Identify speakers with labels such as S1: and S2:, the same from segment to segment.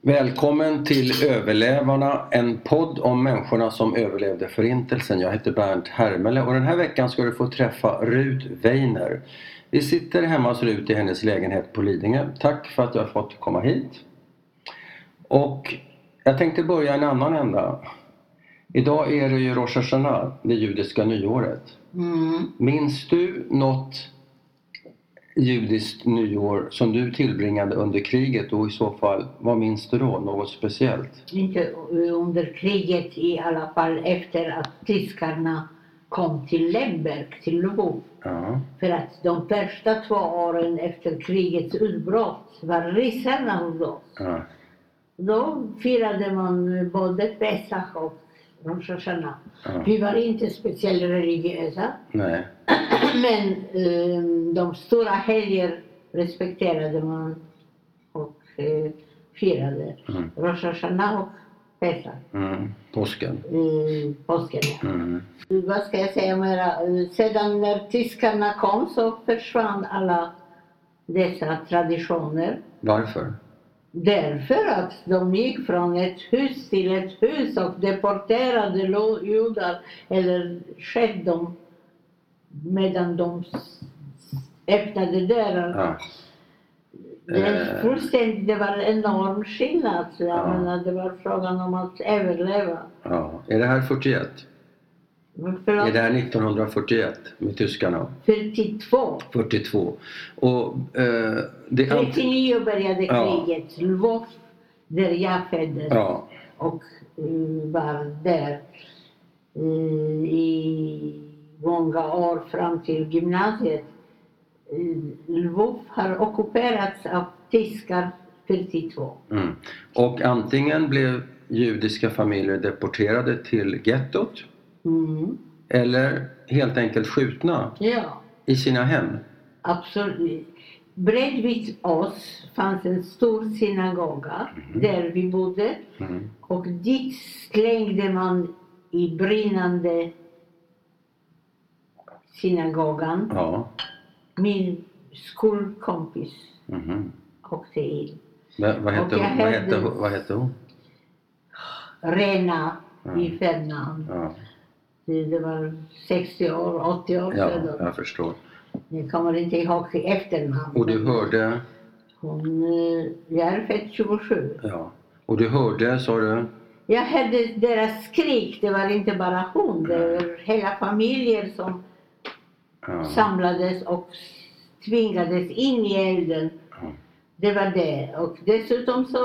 S1: Välkommen till Överlevarna, en podd om människorna som överlevde Förintelsen. Jag heter Bernt Hermele och den här veckan ska du få träffa Rut Weiner. Vi sitter hemma hos Rut i hennes lägenhet på Lidingö. Tack för att jag fått komma hit. Och jag tänkte börja en annan ända. Idag är det ju Rosh Hashanah, det judiska nyåret.
S2: Mm.
S1: Minns du något judiskt nyår som du tillbringade under kriget och i så fall, vad minns du då? Något speciellt?
S2: Inte under kriget i alla fall efter att tyskarna kom till Lemberg, till Lvov.
S1: Ja.
S2: För att de första två åren efter krigets utbrott var ryssarna hos oss.
S1: ja.
S2: Då firade man både Pesach och Rosh Hashanah.
S1: Ja.
S2: Vi var inte speciellt religiösa,
S1: Nej.
S2: men eh, de stora helger respekterade man och eh, firade.
S1: Mm.
S2: Rosh Hashanah och Pesach.
S1: Mm. Påsken.
S2: eh, påsken. ja.
S1: Mm.
S2: Vad ska jag säga mera? Eh, Sedan när tyskarna kom så försvann alla dessa traditioner.
S1: Varför?
S2: Därför att de gick från ett hus till ett hus och deporterade lo- judar eller sköt dem medan de s- öppnade dörrar.
S1: Ja.
S2: Det,
S1: Eh.
S2: är fullständigt, det var en enorm skillnad. Jag
S1: Ja.
S2: menar, det var frågan om att överleva.
S1: ja. Är det här 41?
S2: För
S1: Är
S2: att
S1: det här 1941 med tyskarna?
S2: 42
S1: 42. Och eh, det... ant-
S2: 39 började
S1: Ja.
S2: kriget. Lvov, där jag föddes
S1: Ja.
S2: och eh, var där eh, i många år fram till gymnasiet. Eh, Lvov har ockuperats av tyskar 42.
S1: Mm. Och antingen blev judiska familjer deporterade till gettot
S2: Mm.
S1: eller helt enkelt skjutna
S2: Ja,
S1: i sina hem.
S2: absolut. Bredvid oss fanns en stor synagoga
S1: Mhm.
S2: där vi bodde.
S1: Mm.
S2: Och dit slängde man i brinnande synagogan.
S1: Ja.
S2: Min skolkompis
S1: Mhm.
S2: åkte in.
S1: Men Vad hette
S2: Och jag
S1: hon? Vad hette,
S2: hävdades-
S1: hon- vad hette hon?
S2: Rena i
S1: Ja.
S2: Ferdinand.
S1: Ja.
S2: Det var 60 år, 80 år
S1: ja,
S2: sedan.
S1: jag förstår.
S2: Jag kommer inte ihåg efternamn.
S1: Och du hörde,
S2: Hon, eh, jag är född 27.
S1: ja. Och du hörde, sa du?
S2: Jag hörde deras skrik. Det var inte bara hon. Det var hela familjer som
S1: Ja.
S2: samlades och tvingades in i elden.
S1: Ja.
S2: Det var det. Och dessutom så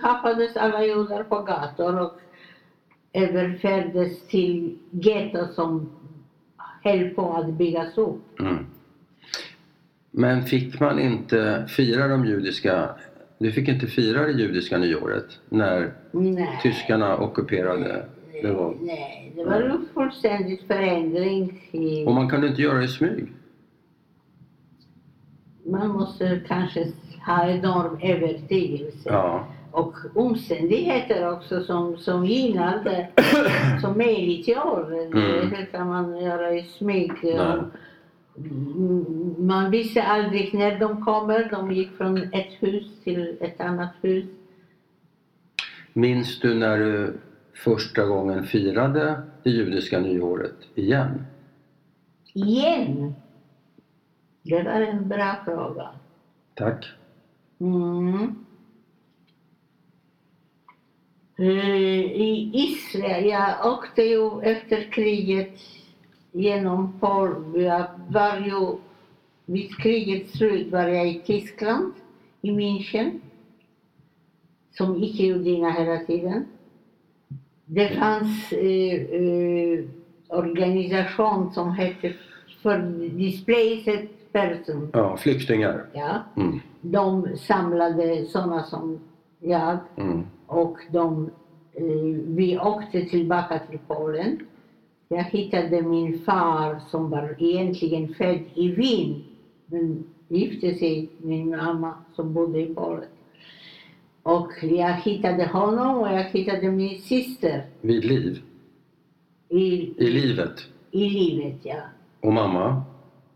S2: haffades alla judar på gator och överfördes till getton som höll på att byggas upp.
S1: Mm. Men fick man inte fira de judiska, du fick inte fira det judiska nyåret när
S2: Nej,
S1: tyskarna ockuperade det var.
S2: nej, det var en fullständig förändring. I,
S1: Och man kunde inte göra det i smyg.
S2: man måste kanske ha enorm övertygelse.
S1: Ja.
S2: och omständigheter också som, som gynnar det som möjligt i år.
S1: Mm.
S2: Det kan man göra i smyg.
S1: Nej.
S2: Mm, Man visste aldrig när de kommer. De gick från ett hus till ett annat hus.
S1: Minns du när du första gången firade det judiska nyåret igen?
S2: Igen! Det var en bra fråga.
S1: Tack.
S2: Mm. Eh, I Israel, jag åkte ju efter kriget genom Polen. Jag var ju, vid krigets slut var jag i Tyskland, i München, som icke-judinna hela tiden. Det fanns eh, eh, organisation som hette för Displaced Person.
S1: Ja, flyktingar.
S2: Ja.
S1: Mm.
S2: De samlade sådana som jag
S1: Mm.
S2: och de, eh, vi åkte tillbaka till Polen. Jag hittade min far som var egentligen född i Wien men gifte sig med min mamma som bodde i Polen. Och jag hittade honom och jag hittade min syster
S1: Vid liv.
S2: i,
S1: I livet.
S2: i livet. Ja.
S1: Och mamma?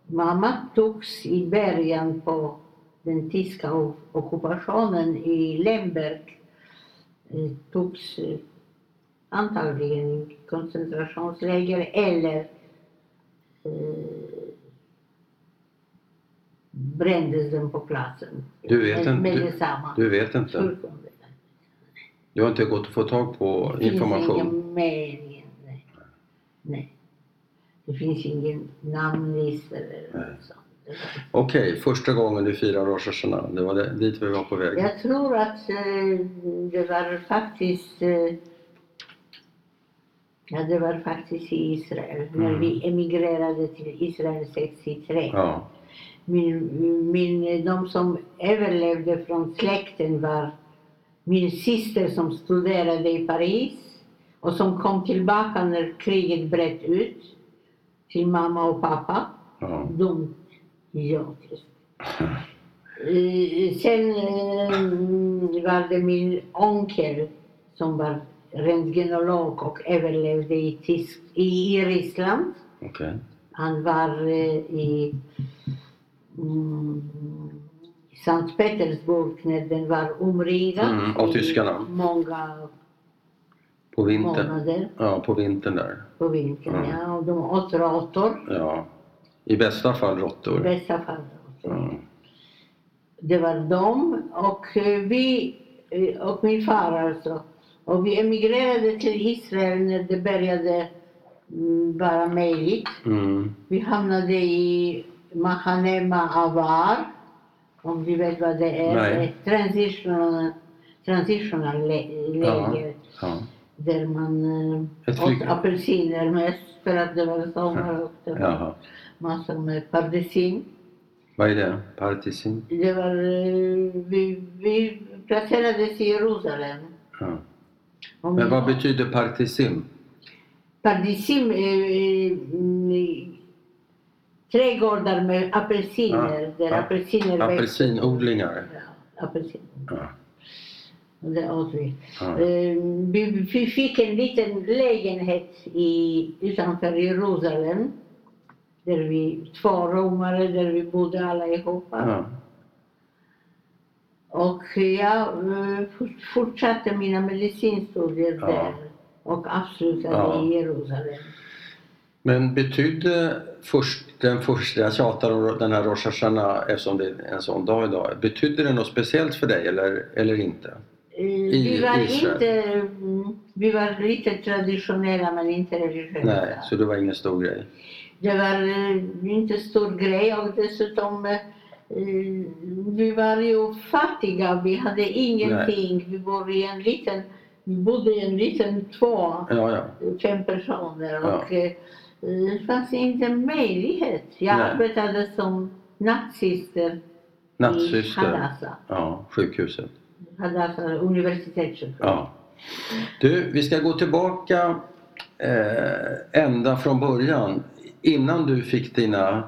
S2: Mamma togs i början på den tyska o- ockupationen i Lemberg eh, togs eh, antagligen i koncentrationsläger eller eh, brändes den på platsen.
S1: Du vet
S2: med,
S1: inte-
S2: med detsamma.
S1: Du vet inte?
S2: Fullkomligt.
S1: Det har inte gått att få tag på
S2: Det finns
S1: information?
S2: ingen mening. Nej. nej. Det finns ingen namnlista eller
S1: Nej.
S2: något sånt.
S1: Okej, första gången du firar Rosh Hashanah. Det var det, dit vi var på väg.
S2: Jag tror att eh, det var faktiskt eh, Ja, det var faktiskt i Israel, när
S1: Mm.
S2: vi emigrerade till Israel 63.
S1: Ja.
S2: Min, eh, min, de som överlevde från släkten var min syster som studerade i Paris och som kom tillbaka när kriget bröt ut till mamma och pappa.
S1: ja.
S2: Dumt. Idiotiskt. Eh, Sen eh, var det min onkel som var rentgenolog och överlevde i, Tysk, i, i Ryssland.
S1: Okej.
S2: Han var eh, i mm, Sankt Petersburg när den var omringad.
S1: Mm, av tyskarna.
S2: I många
S1: På vintern.
S2: månader
S1: Ja, på vintern där.
S2: på vintern.
S1: Mm.
S2: Ja, och de åt råttor.
S1: Ja. I bästa fall
S2: I
S1: råttor.
S2: bästa fall råttor.
S1: Mm.
S2: Det var de och eh, vi eh, och min far alltså. Och vi emigrerade till Israel när det började mm, vara möjligt.
S1: Mm.
S2: Vi hamnade i Mahane Ma'avar, om du vet vad det är.
S1: Nej.
S2: Ett transitional, transitional lä- läger
S1: Ja.
S2: där man eh,
S1: Ett
S2: åt
S1: flyg-
S2: apelsiner mest för att det var sommar och det var
S1: Jaha.
S2: massor med pardesin.
S1: Vad är det? Partisin?
S2: Det var, eh, vi, vi placerades i Jerusalem.
S1: Ja.
S2: Och
S1: Men
S2: min-
S1: vad betyder partisim?
S2: Pardesim är eh, mm, trädgårdar med apelsiner,
S1: Ja,
S2: där
S1: ja.
S2: apelsiner växer.
S1: Apelsinodlingar?
S2: Ja, apelsin.
S1: Ja.
S2: Och Det åt vi.
S1: Ja.
S2: Eh, Vi, vi fick en liten lägenhet i, utanför Jerusalem. Där vi, två romare, där vi bodde allihopa.
S1: Ja.
S2: Och jag eh, fort- fortsatte mina medicinstudier
S1: Ja.
S2: där och avslutade
S1: Ja.
S2: i Jerusalem.
S1: Men betydde först, den första, jag tjatar om den här Rosh Hashanah eftersom det är en sån dag idag. Betydde det något speciellt för dig eller, eller inte?
S2: Eh, vi, var
S1: Israel.
S2: inte, mm, vi var lite traditionella men inte religiösa.
S1: Nej, så det var ingen stor grej.
S2: Det var eh, inte stor grej och dessutom eh, eh, vi var ju fattiga, vi hade ingenting. Vi bodde i en liten, vi bodde i en liten tvåa.
S1: Ja, ja.
S2: fem personer
S1: Ja.
S2: och eh, det fanns inte möjlighet. Jag
S1: Nej.
S2: arbetade som nattsyster i
S1: Nattsyster.
S2: Hadassah,
S1: Ja, sjukhuset.
S2: Hadassah universitetssjukhus.
S1: Ja. Du, vi ska gå tillbaka eh, ända från början. Innan du fick dina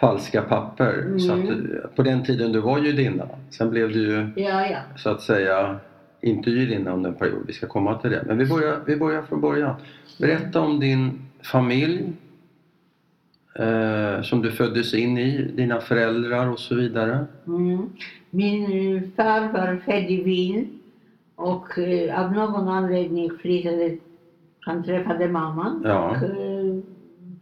S1: falska papper. Så att, du- på den tiden du var judinna. Sen blev du ju
S2: Ja, ja.
S1: så att säga inte judinna under en period. Vi ska komma till det. Men vi börjar, vi börjar från början. Berätta om din familj. Eh, som du föddes in i, dina föräldrar och så vidare.
S2: Mm. Min eh, far var född i Wien och eh, av någon anledning flyttade, han träffade mamman
S1: Ja.
S2: och eh,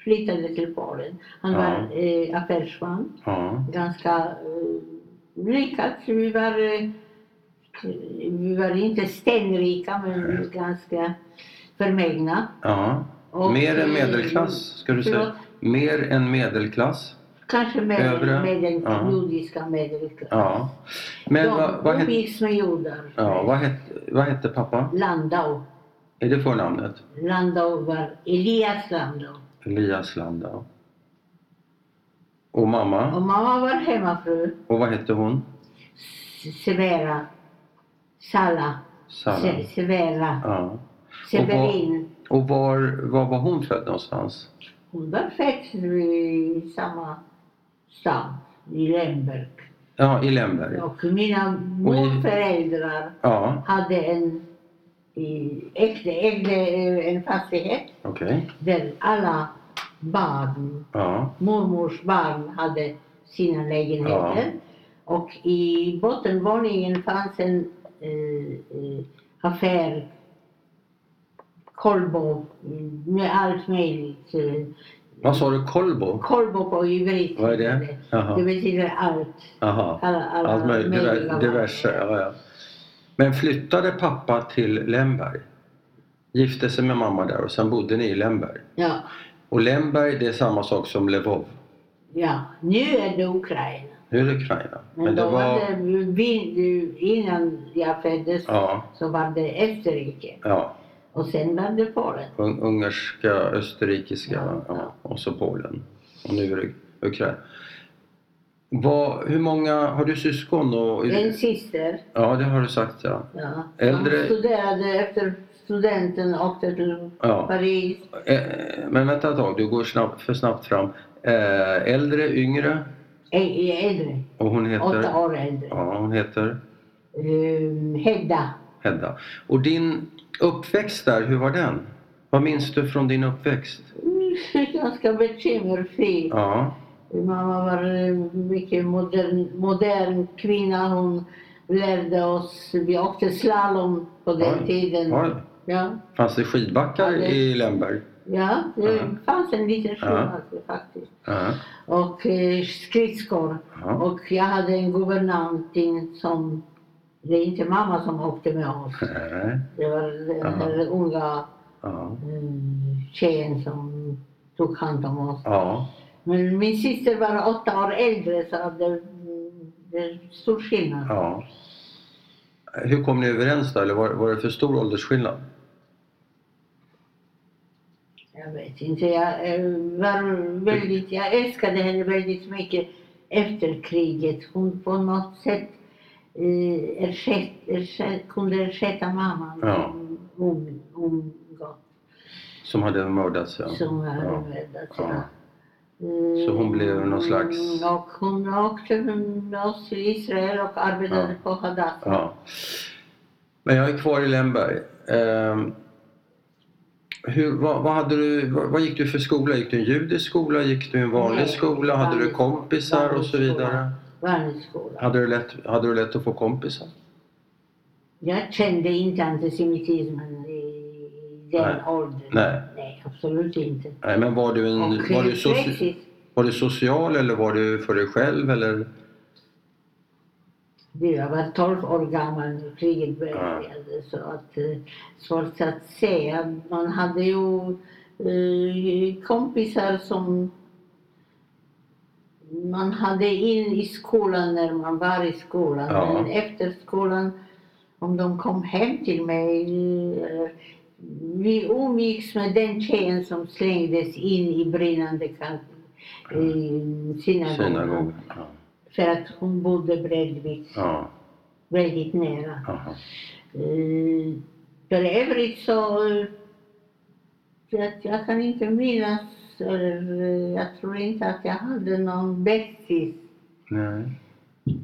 S2: flyttade till Polen. Han
S1: Ja.
S2: var eh, affärsman.
S1: Ja.
S2: ganska eh, rika. så Vi var, eh, vi var inte stenrika, men vi var ganska förmögna.
S1: ja.
S2: Och,
S1: Mer än
S2: eh,
S1: medelklass, ska du
S2: förlåt?
S1: säga. Mer än medelklass.
S2: Kanske mer
S1: Övre?
S2: än medel,
S1: Ja.
S2: judiska medelklass.
S1: Ja. Men
S2: de
S1: vad, vad,
S2: de
S1: hette,
S2: umgicks med judar.
S1: ja, vad, hette, vad hette pappa?
S2: Landau.
S1: Är det förnamnet?
S2: Landau var Elias Landau.
S1: Elias Landau. Och mamma?
S2: Och mamma var hemmafru.
S1: Och vad hette hon?
S2: S- Severa. Sala.
S1: Sara.
S2: Se, Severa.
S1: Ja.
S2: Severin.
S1: Och var, var var hon född någonstans?
S2: Hon var född i samma stad, i Lemberg.
S1: Ja, i Lemberg.
S2: Och mina morföräldrar
S1: Ja,
S2: hade en, eh, ägde, ägde eh, en fastighet
S1: okej.
S2: där alla barn,
S1: Ja,
S2: mormors barn hade sina lägenheter. Och i bottenvåningen fanns en eh, eh, affär, kolbo, med allt möjligt. eh,
S1: Vad sa du? Kolbo?
S2: Kolbo på hebreiska.
S1: Vad är det? Jaha.
S2: Det betyder allt.
S1: Aha.
S2: Alla, alla
S1: Allt möjligt.
S2: möjliga
S1: Diver- diverse.
S2: varor.
S1: Ja, ja. Men flyttade pappa till Lemberg? Gifte sig med mamma där och sen bodde ni i Lemberg.
S2: Ja,
S1: Och Lemberg det är samma sak som Lvov.
S2: ja. Nu är det Ukraina.
S1: Nu är det Ukraina.
S2: Men, då var det, vi- innan jag föddes
S1: Ja,
S2: så var det Österrike
S1: ja.
S2: och sen var det Polen.
S1: Un- Ungerska, österrikiska
S2: Ja,
S1: ja,
S2: ja.
S1: och så Polen. Och nu är det Ukraina. Vad, hur många, har du syskon? Och,
S2: En syster,
S1: ja, det har du sagt ja.
S2: ja.
S1: Äldre-
S2: Hon studerade efter studenten åkte till
S1: ja.
S2: Paris.
S1: Eh, Men vänta ett tag, du går snabbt, för snabbt fram. Eh, Äldre, yngre?
S2: Ä- ä- äldre,
S1: Och hon heter?
S2: åtta år äldre.
S1: Ja, hon heter
S2: Ehm, Hedda.
S1: Hedda. Och din uppväxt där, hur var den? Vad minns du från din uppväxt?
S2: Mm, Ganska bekymmerfri.
S1: Ja,
S2: Mamma var en mycket modern, modern kvinna. Hon lärde oss, vi åkte slalom på den
S1: Oj.
S2: tiden.
S1: var det?
S2: Ja,
S1: Fanns det skidbackar
S2: Ja, det-
S1: i Lemberg?
S2: ja det
S1: Ja.
S2: fanns en liten skillnad alltså, faktiskt.
S1: Ja.
S2: Och eh, skridskor.
S1: ja.
S2: Och jag hade en guvernantin som, det är inte mamma som åkte med oss.
S1: Nej.
S2: Det var den här unga
S1: Ja.
S2: eh, tjejen som tog hand om oss.
S1: ja.
S2: Men min syster var åtta år äldre så att det, det är stor skillnad.
S1: ja. Hur kom ni överens då? Eller var, var det för stor åldersskillnad?
S2: Jag vet inte, jag eh, var väldigt, jag älskade henne väldigt mycket efter kriget. Hon på något sätt eh, ersätt, ersätt, kunde ersätta mamman.
S1: Ja.
S2: Hon, hon gav,
S1: Som hade mördats? Ja.
S2: som var
S1: Ja.
S2: räddad.
S1: Ja.
S2: Ja. Eh,
S1: Så hon blev någon slags-
S2: Och hon åkte med oss till Israel och arbetade på Hadassah.
S1: Ja. Men jag är kvar i Lemberg. Ehm, hur, vad, vad, hade du, vad, vad gick du för skola? Gick du en judisk skola? Gick du en vanlig
S2: Nej,
S1: skola? Hade du
S2: vanlig-
S1: kompisar och
S2: vanlig
S1: så vidare?
S2: Varvskola.
S1: Hade du, lätt, hade du lätt att få kompisar?
S2: Jag kände inte antisemitismen i den
S1: Nej.
S2: åldern.
S1: Nej.
S2: absolut inte.
S1: Nej men var du, en,
S2: Och
S1: var, du soci,
S2: plötsligt,
S1: var du social eller var du för dig själv? Eller?
S2: jag var 12 år gammal när kriget började. Så att, eh, svårt att säga. Man hade ju eh, kompisar som man hade in i skolan när man var i skolan.
S1: Ja.
S2: Men efter skolan, om de kom hem till mig, eh, vi umgicks med den tjejen som slängdes in i brinnande kan- i synagogan.
S1: Synagogan? Ja.
S2: För att hon bodde bredvid,
S1: ja.
S2: väldigt nära.
S1: Aha.
S2: Eh, För övrigt så... eh, Jag, jag kan inte minnas, eller eh, jag tror inte att jag hade någon bästis.
S1: Nej.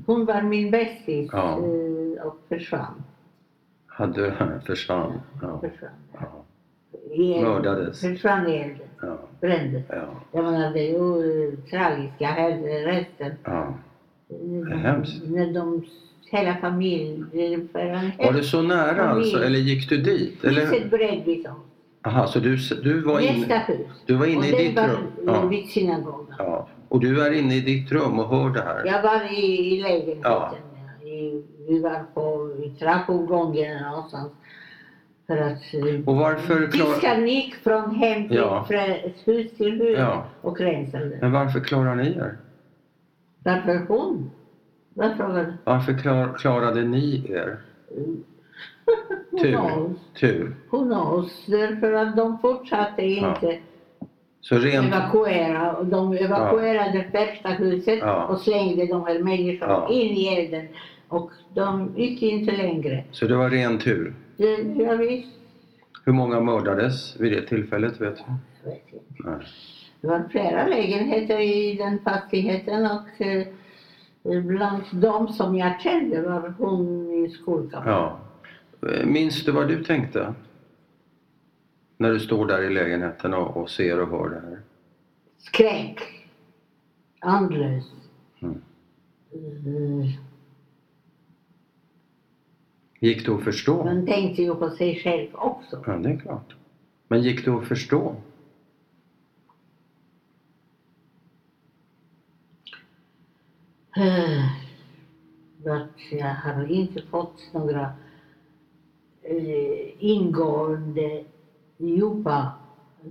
S2: Hon var min bästis
S1: Ja.
S2: eh, och försvann.
S1: Hade du... Försvann? Ja.
S2: försvann.
S1: Ja.
S2: I elden.
S1: Mördades.
S2: Försvann i elden,
S1: Ja.
S2: brändes.
S1: Ja.
S2: Jag menar det är ju eh, tragiska här- resten.
S1: ja.
S2: När de-
S1: Hemskt.
S2: När de, hela familjen, det var en
S1: Var det
S2: hel
S1: så nära alltså? Eller gick du dit? Eller?
S2: huset bredvid oss.
S1: Aha, så du, du, var
S2: Nästa
S1: inne,
S2: hus.
S1: du var
S2: Och
S1: inne i
S2: det
S1: ditt
S2: var
S1: rum? Ja.
S2: vid synagogan.
S1: ja. Och du är inne i ditt rum och hör det här?
S2: Jag var i, i lägenheten.
S1: Ja.
S2: I, vi var på i trappuppgången eller någonstans. För att eh,
S1: Och varför klarar...
S2: diskaren gick från hem till
S1: Ja.
S2: frä- hus till hus
S1: Ja.
S2: och rensade.
S1: Men varför klarar ni er?
S2: Varför hon? Varför var
S1: Varför klar, klarade ni er?
S2: Who
S1: Tur.
S2: knows?
S1: Tur.
S2: Who knows? Därför att de fortsatte
S1: Ja.
S2: inte
S1: Så rent...
S2: evakuera. Och De evakuerade första huset
S1: Ja.
S2: och slängde de här människorna
S1: Ja.
S2: in i elden. Och de gick inte längre.
S1: Så det var ren tur.
S2: Det, jag visste,
S1: Hur många mördades vid det tillfället? Vet du?
S2: jag vet inte.
S1: Nej.
S2: Det var flera lägenheter i den fastigheten och eh, bland dem som jag kände var hon i skolkamraten.
S1: Ja. Minns du vad du tänkte? När du står där i lägenheten och, och ser och hör det här?
S2: Skräck. Andlös.
S1: Mm.
S2: Eh,
S1: Gick du att förstå?
S2: De tänkte ju på sig själv också.
S1: Ja, det är klart. Men gick du att förstå?
S2: Att Eh, jag har inte fått några eh, ingående, djupa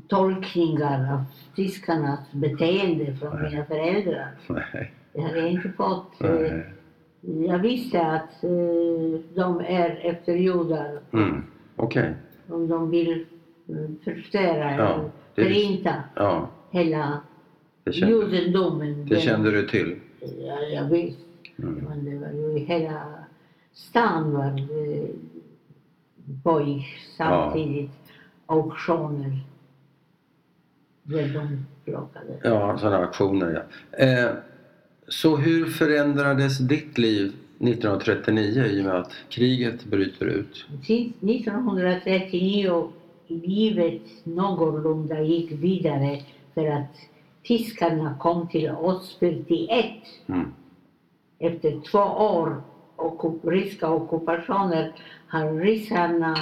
S2: tolkningar av tyskarnas beteende från mina föräldrar.
S1: Nej.
S2: Jag har inte fått... Eh,
S1: Nej.
S2: jag visste att eh, de är efter judar
S1: Mm. Okej.
S2: om de vill eh, förstöra
S1: Ja,
S2: eller
S1: det vis-
S2: förinta
S1: Ja,
S2: hela
S1: det kände,
S2: judendomen.
S1: det kände du till.
S2: Ja, jag visste.
S1: Mm.
S2: Men det var ju hela stan var eh, pågick samtidigt. Auktioner. Där de plockade.
S1: Ja, sådana aktioner ja. Eh, så hur förändrades ditt liv 1939 i och med att kriget bryter ut?
S2: Tills 1939 livet någorlunda gick vidare för att tyskarna kom till oss 41
S1: Mm.
S2: efter två år ockup- ryska ockupationer har ryssarna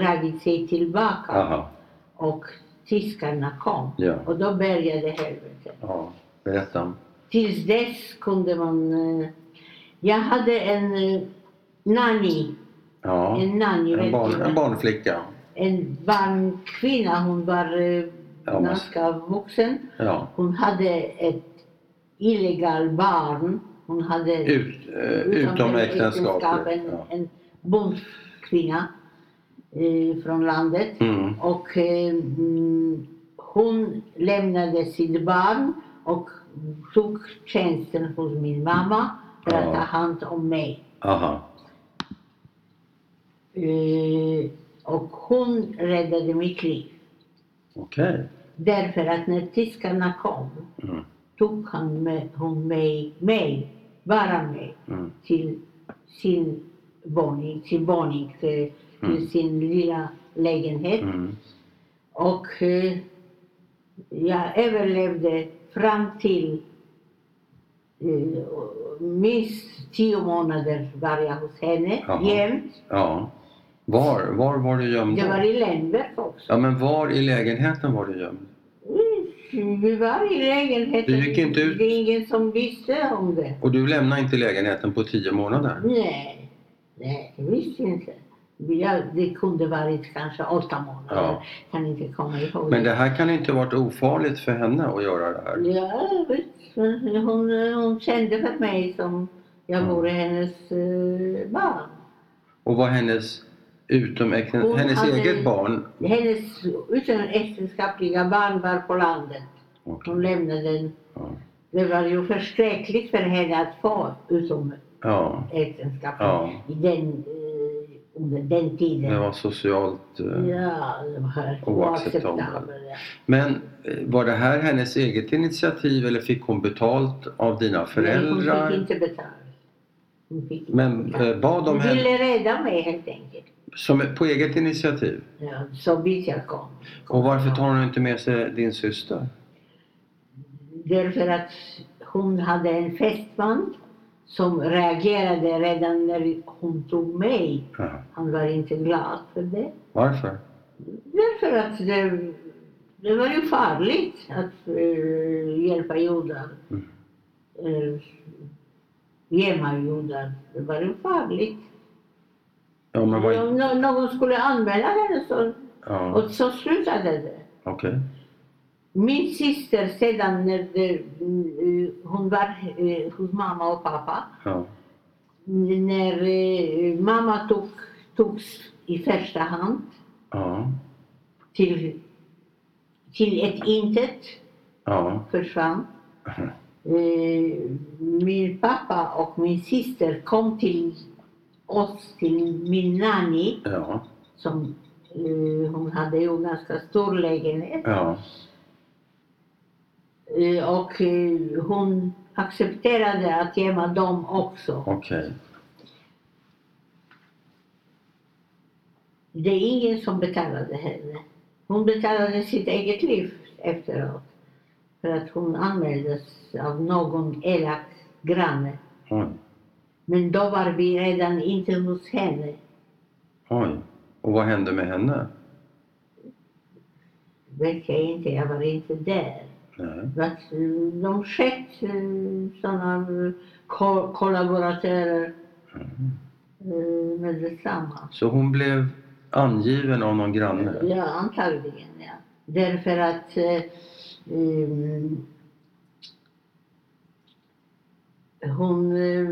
S2: dragit sig tillbaka
S1: Aha,
S2: och tyskarna kom.
S1: ja.
S2: Och då började helvetet.
S1: ja. Berätta.
S2: Tills dess kunde man... eh, Jag hade en eh, nanny,
S1: Ja.
S2: en nanny,
S1: En,
S2: vet
S1: barn,
S2: du,
S1: en barnflicka.
S2: en barn kvinna. Hon var eh,
S1: Ja, men-
S2: ganska vuxen.
S1: Ja.
S2: Hon hade ett illegalt barn. Hon hade...
S1: Ut, eh, utom
S2: utanför
S1: äktenskapet. Ja.
S2: En, en bondkvinna eh, från landet.
S1: Mm.
S2: Och eh, mm, hon lämnade sitt barn och tog tjänsten hos min mamma för att
S1: Ja.
S2: ta hand om mig.
S1: Aha.
S2: Eh, och hon räddade mitt liv.
S1: Okej.
S2: Därför att när tyskarna kom
S1: Mm.
S2: tog han med, hon mig, mig, bara mig,
S1: Mm.
S2: till sin våning, till våning, eh, till
S1: Mm.
S2: sin lilla lägenhet.
S1: Mm.
S2: Och eh, jag överlevde fram till eh, minst tio månader var jag hos henne
S1: Jaha.
S2: jämt.
S1: Ja. Var, var var du gömd
S2: Det
S1: då?
S2: var i Lemberg också.
S1: Ja, men var i lägenheten var du gömd?
S2: Mm, Vi var i lägenheten.
S1: Du gick inte ut?
S2: Det är ingen som visste om det.
S1: Och du lämnade inte lägenheten på tio månader?
S2: Nej, nej, det visste jag inte. Jag, det kunde varit kanske åtta månader.
S1: Ja.
S2: Kan inte komma ihåg.
S1: Men det här kan inte varit ofarligt för henne att göra det här?
S2: Ja, visst. Men Hon, hon kände för mig som jag
S1: Mm.
S2: vore hennes eh, barn.
S1: Och var hennes utom
S2: Hon
S1: hennes
S2: hade-
S1: eget barn?
S2: Hennes utomäktenskapliga barn var på landet.
S1: Okej.
S2: Hon lämnade den.
S1: Ja.
S2: Det var ju förskräckligt för henne att få
S1: ja.
S2: utomäktenskap
S1: Ja.
S2: i den, eh, under den tiden.
S1: Det var socialt... eh,
S2: Ja, det var
S1: Oacceptabelt.
S2: oacceptabelt.
S1: Men eh, var det här hennes eget initiativ eller fick hon betalt av dina
S2: Nej, hon
S1: föräldrar?
S2: fick inte betalt. Hon fick inte
S1: Men
S2: betalt.
S1: eh, bad de
S2: Hon
S1: henne
S2: ville rädda mig helt enkelt.
S1: som, på eget initiativ?
S2: Ja, så vitt jag kom.
S1: Och varför tar hon inte med sig din syster?
S2: Därför att hon hade en fästman som reagerade redan när hon tog mig.
S1: Ja.
S2: Han var inte glad för det.
S1: Varför?
S2: Därför att det, det var ju farligt att eh, hjälpa judar.
S1: Mm.
S2: Eh, gömma judar. Det var ju farligt.
S1: Ja, men var inte...
S2: Om nå- någon skulle anmäla henne så,
S1: Ja,
S2: och så slutade det.
S1: okej.
S2: Min syster sedan när det, eh, hon var eh, hos mamma och pappa,
S1: Ja.
S2: n- när eh, mamma tog, togs i första hand
S1: Ja.
S2: till, till ett intet,
S1: Ja.
S2: försvann. Eh, Min pappa och min syster kom till oss, till min nanny,
S1: Ja.
S2: som eh, hon hade ju en ganska stor lägenhet.
S1: Ja.
S2: Eh, och eh, hon accepterade att gömma dem också.
S1: Okej.
S2: Det är ingen som betalade henne. Hon betalade sitt eget liv efteråt. För att hon anmäldes av någon elak granne.
S1: Oj.
S2: Men då var vi redan inte hos henne.
S1: Oj. Och vad hände med henne?
S2: vet jag inte, jag var inte där.
S1: Nej.
S2: Att eh, de skett sådana ko- kollaboratörer eh, med detsamma.
S1: Så hon blev angiven av någon granne?
S2: Ja, antagligen. Ja. Därför att eh, ehm, hon eh,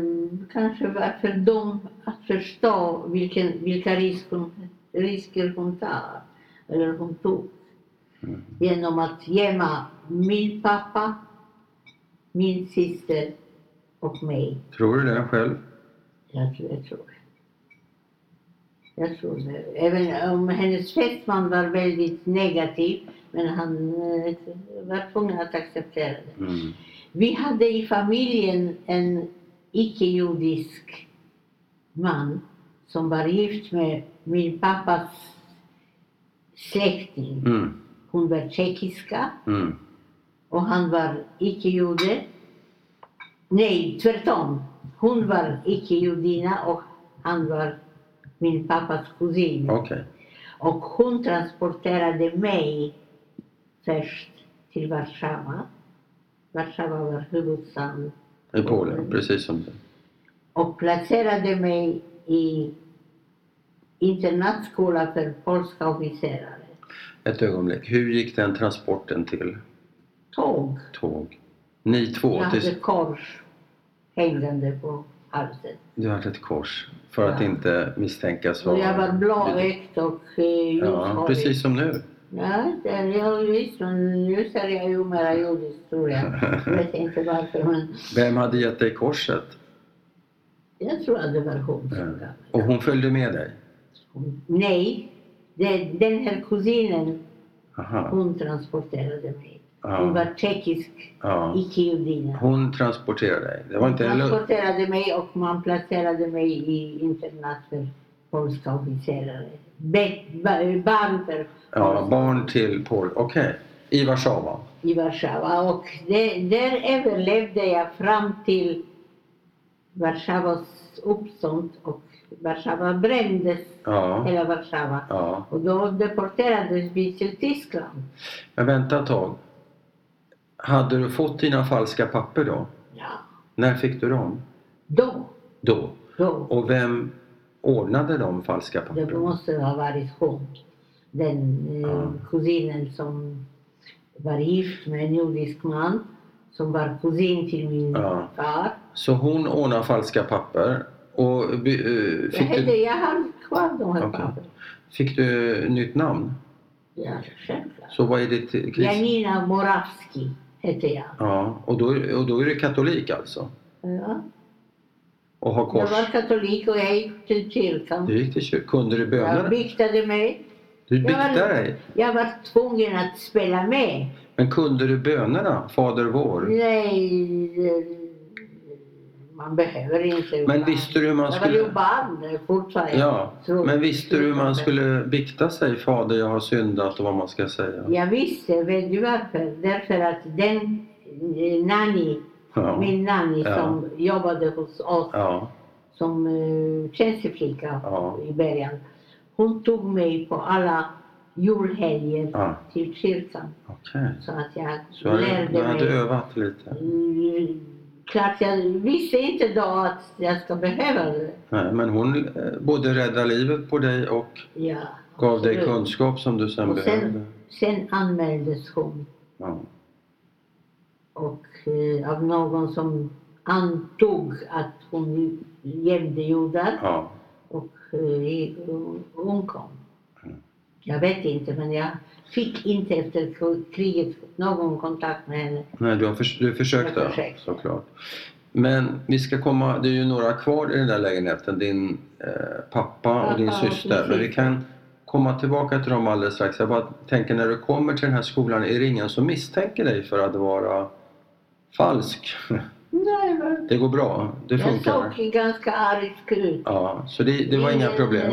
S2: kanske var för dum att förstå vilken, vilka risk hon, risker hon tar, eller hon tog.
S1: Mm.
S2: Genom att gömma min pappa, min syster och mig.
S1: Tror du det själv?
S2: Jag, tror- jag tror det. Jag tror det. Även om hennes fästman var väldigt negativ, men han eh, var tvungen att acceptera det.
S1: Mm.
S2: Vi hade i familjen en icke-judisk man som var gift med min pappas släkting.
S1: Mm.
S2: Hon var tjeckiska
S1: Mm.
S2: och han var icke-jude. Nej, tvärtom. Hon var icke-judina och han var min pappas kusin.
S1: Okej.
S2: Och hon transporterade mig först till Warszawa. Warszawa var huvudstaden.
S1: I Polen, precis som du.
S2: Och placerade mig i internatskola för polska officerare.
S1: Ett ögonblick. Hur gick den transporten till?
S2: Tåg.
S1: Tåg? Ni två?
S2: Jag hade
S1: Tills...
S2: kors hängande på halsen.
S1: Du hade ett kors för att
S2: Ja.
S1: inte misstänkas
S2: Och jag var blåögd och eh,
S1: Ja,
S2: ljushårig.
S1: precis som nu.
S2: Ja, det är jag visst, men nu ser jag ju mera judisk tror jag. Jag vet inte varför, men
S1: Vem hade gett dig korset?
S2: jag tror att det var hon som gav
S1: Och
S2: mig.
S1: hon följde med dig?
S2: Hon- Nej, det, den här kusinen,
S1: Aha.
S2: hon transporterade mig. Hon
S1: Ja.
S2: var tjeckisk,
S1: ja.
S2: icke-judina.
S1: Hon transporterade dig? Det var
S2: Hon
S1: inte en lu-
S2: transporterade mig och man placerade mig i internat för polska officerare. Be- ba- Barn för
S1: ja, barn till Polen? Okej. I Warszawa?
S2: i Warszawa och det, där överlevde jag fram till Warszawas uppstånd och Warszawa brändes,
S1: Ja.
S2: hela Warszawa.
S1: ja.
S2: Och då deporterades vi till Tyskland.
S1: Men vänta ett tag. Hade du fått dina falska papper då?
S2: Ja,
S1: När fick du dem?
S2: då,
S1: Då.
S2: då,
S1: Och vem ordnade de falska
S2: det
S1: papperna?
S2: måste ha varit hon, den eh,
S1: Ja.
S2: kusinen som var gift med en judisk man som var kusin till min
S1: Ja.
S2: far.
S1: Så hon ordnade falska papper och by- eh,
S2: Jag,
S1: fick,
S2: hade,
S1: du,
S2: jag har kvar de här
S1: Okej.
S2: papperen.
S1: fick du nytt namn?
S2: Ja, självklart.
S1: Så vad är ditt eh, krist?
S2: Janina Morawski hette jag.
S1: Ja, och då, och då är du katolik alltså?
S2: Ja.
S1: Och har
S2: Jag
S1: kors?
S2: var katolik och jag gick till kyrkan.
S1: Du gick till kyrkan. Kunde du
S2: Jag
S1: böna?
S2: biktade mig.
S1: Du
S2: jag var-
S1: biktade dig.
S2: Jag var tvungen att spela med.
S1: Men kunde du bönerna? Fader vår?
S2: Nej, det- man behöver inte.
S1: Men visste du hur man
S2: Jag var ju
S1: skulle...
S2: barn fortfarande.
S1: Ja,
S2: Tror-
S1: men visste du hur man
S2: fortfarande.
S1: skulle bikta sig? Fader, jag har syndat och vad man ska säga.
S2: Jag visste, vet du varför? Därför att den eh, nanny,
S1: Ja,
S2: min nanny
S1: Ja.
S2: som jobbade hos oss
S1: ja,
S2: som eh, tjänsteflicka
S1: Ja.
S2: i början. Hon tog mig på alla julhelger
S1: ja.
S2: till kyrkan
S1: Ah, okej.
S2: så att jag
S1: Så hade-
S2: lärde
S1: du hade
S2: mig.
S1: övat lite?
S2: Mm, Klart jag visste inte då att jag ska behöva det.
S1: Nej, men hon eh, både räddade livet på dig och
S2: Ja,
S1: gav dig
S2: absolut.
S1: kunskap som du sen
S2: Och sen-
S1: behövde.
S2: Sen anmäldes hon
S1: Ja.
S2: och eh, av någon som antog att hon gömde judar
S1: Ja.
S2: och eh, hon kom.
S1: Mm.
S2: Jag vet inte men jag fick inte efter kriget någon kontakt med henne.
S1: Nej, du, har förs- du försökte,
S2: Jag försökte.
S1: såklart. Men vi ska komma, det är ju några kvar i den där lägenheten, din eh, pappa och din
S2: Pappa och min
S1: syster. Men vi
S2: syster.
S1: kan komma tillbaka till dem alldeles strax. Jag bara tänker när du kommer till den här skolan, är det ingen som misstänker dig för att vara falsk?
S2: Nej, men
S1: Det går bra, det
S2: jag
S1: funkar.
S2: såg ganska arg ut.
S1: Ja, så det, det var inga
S2: Eh,
S1: problem.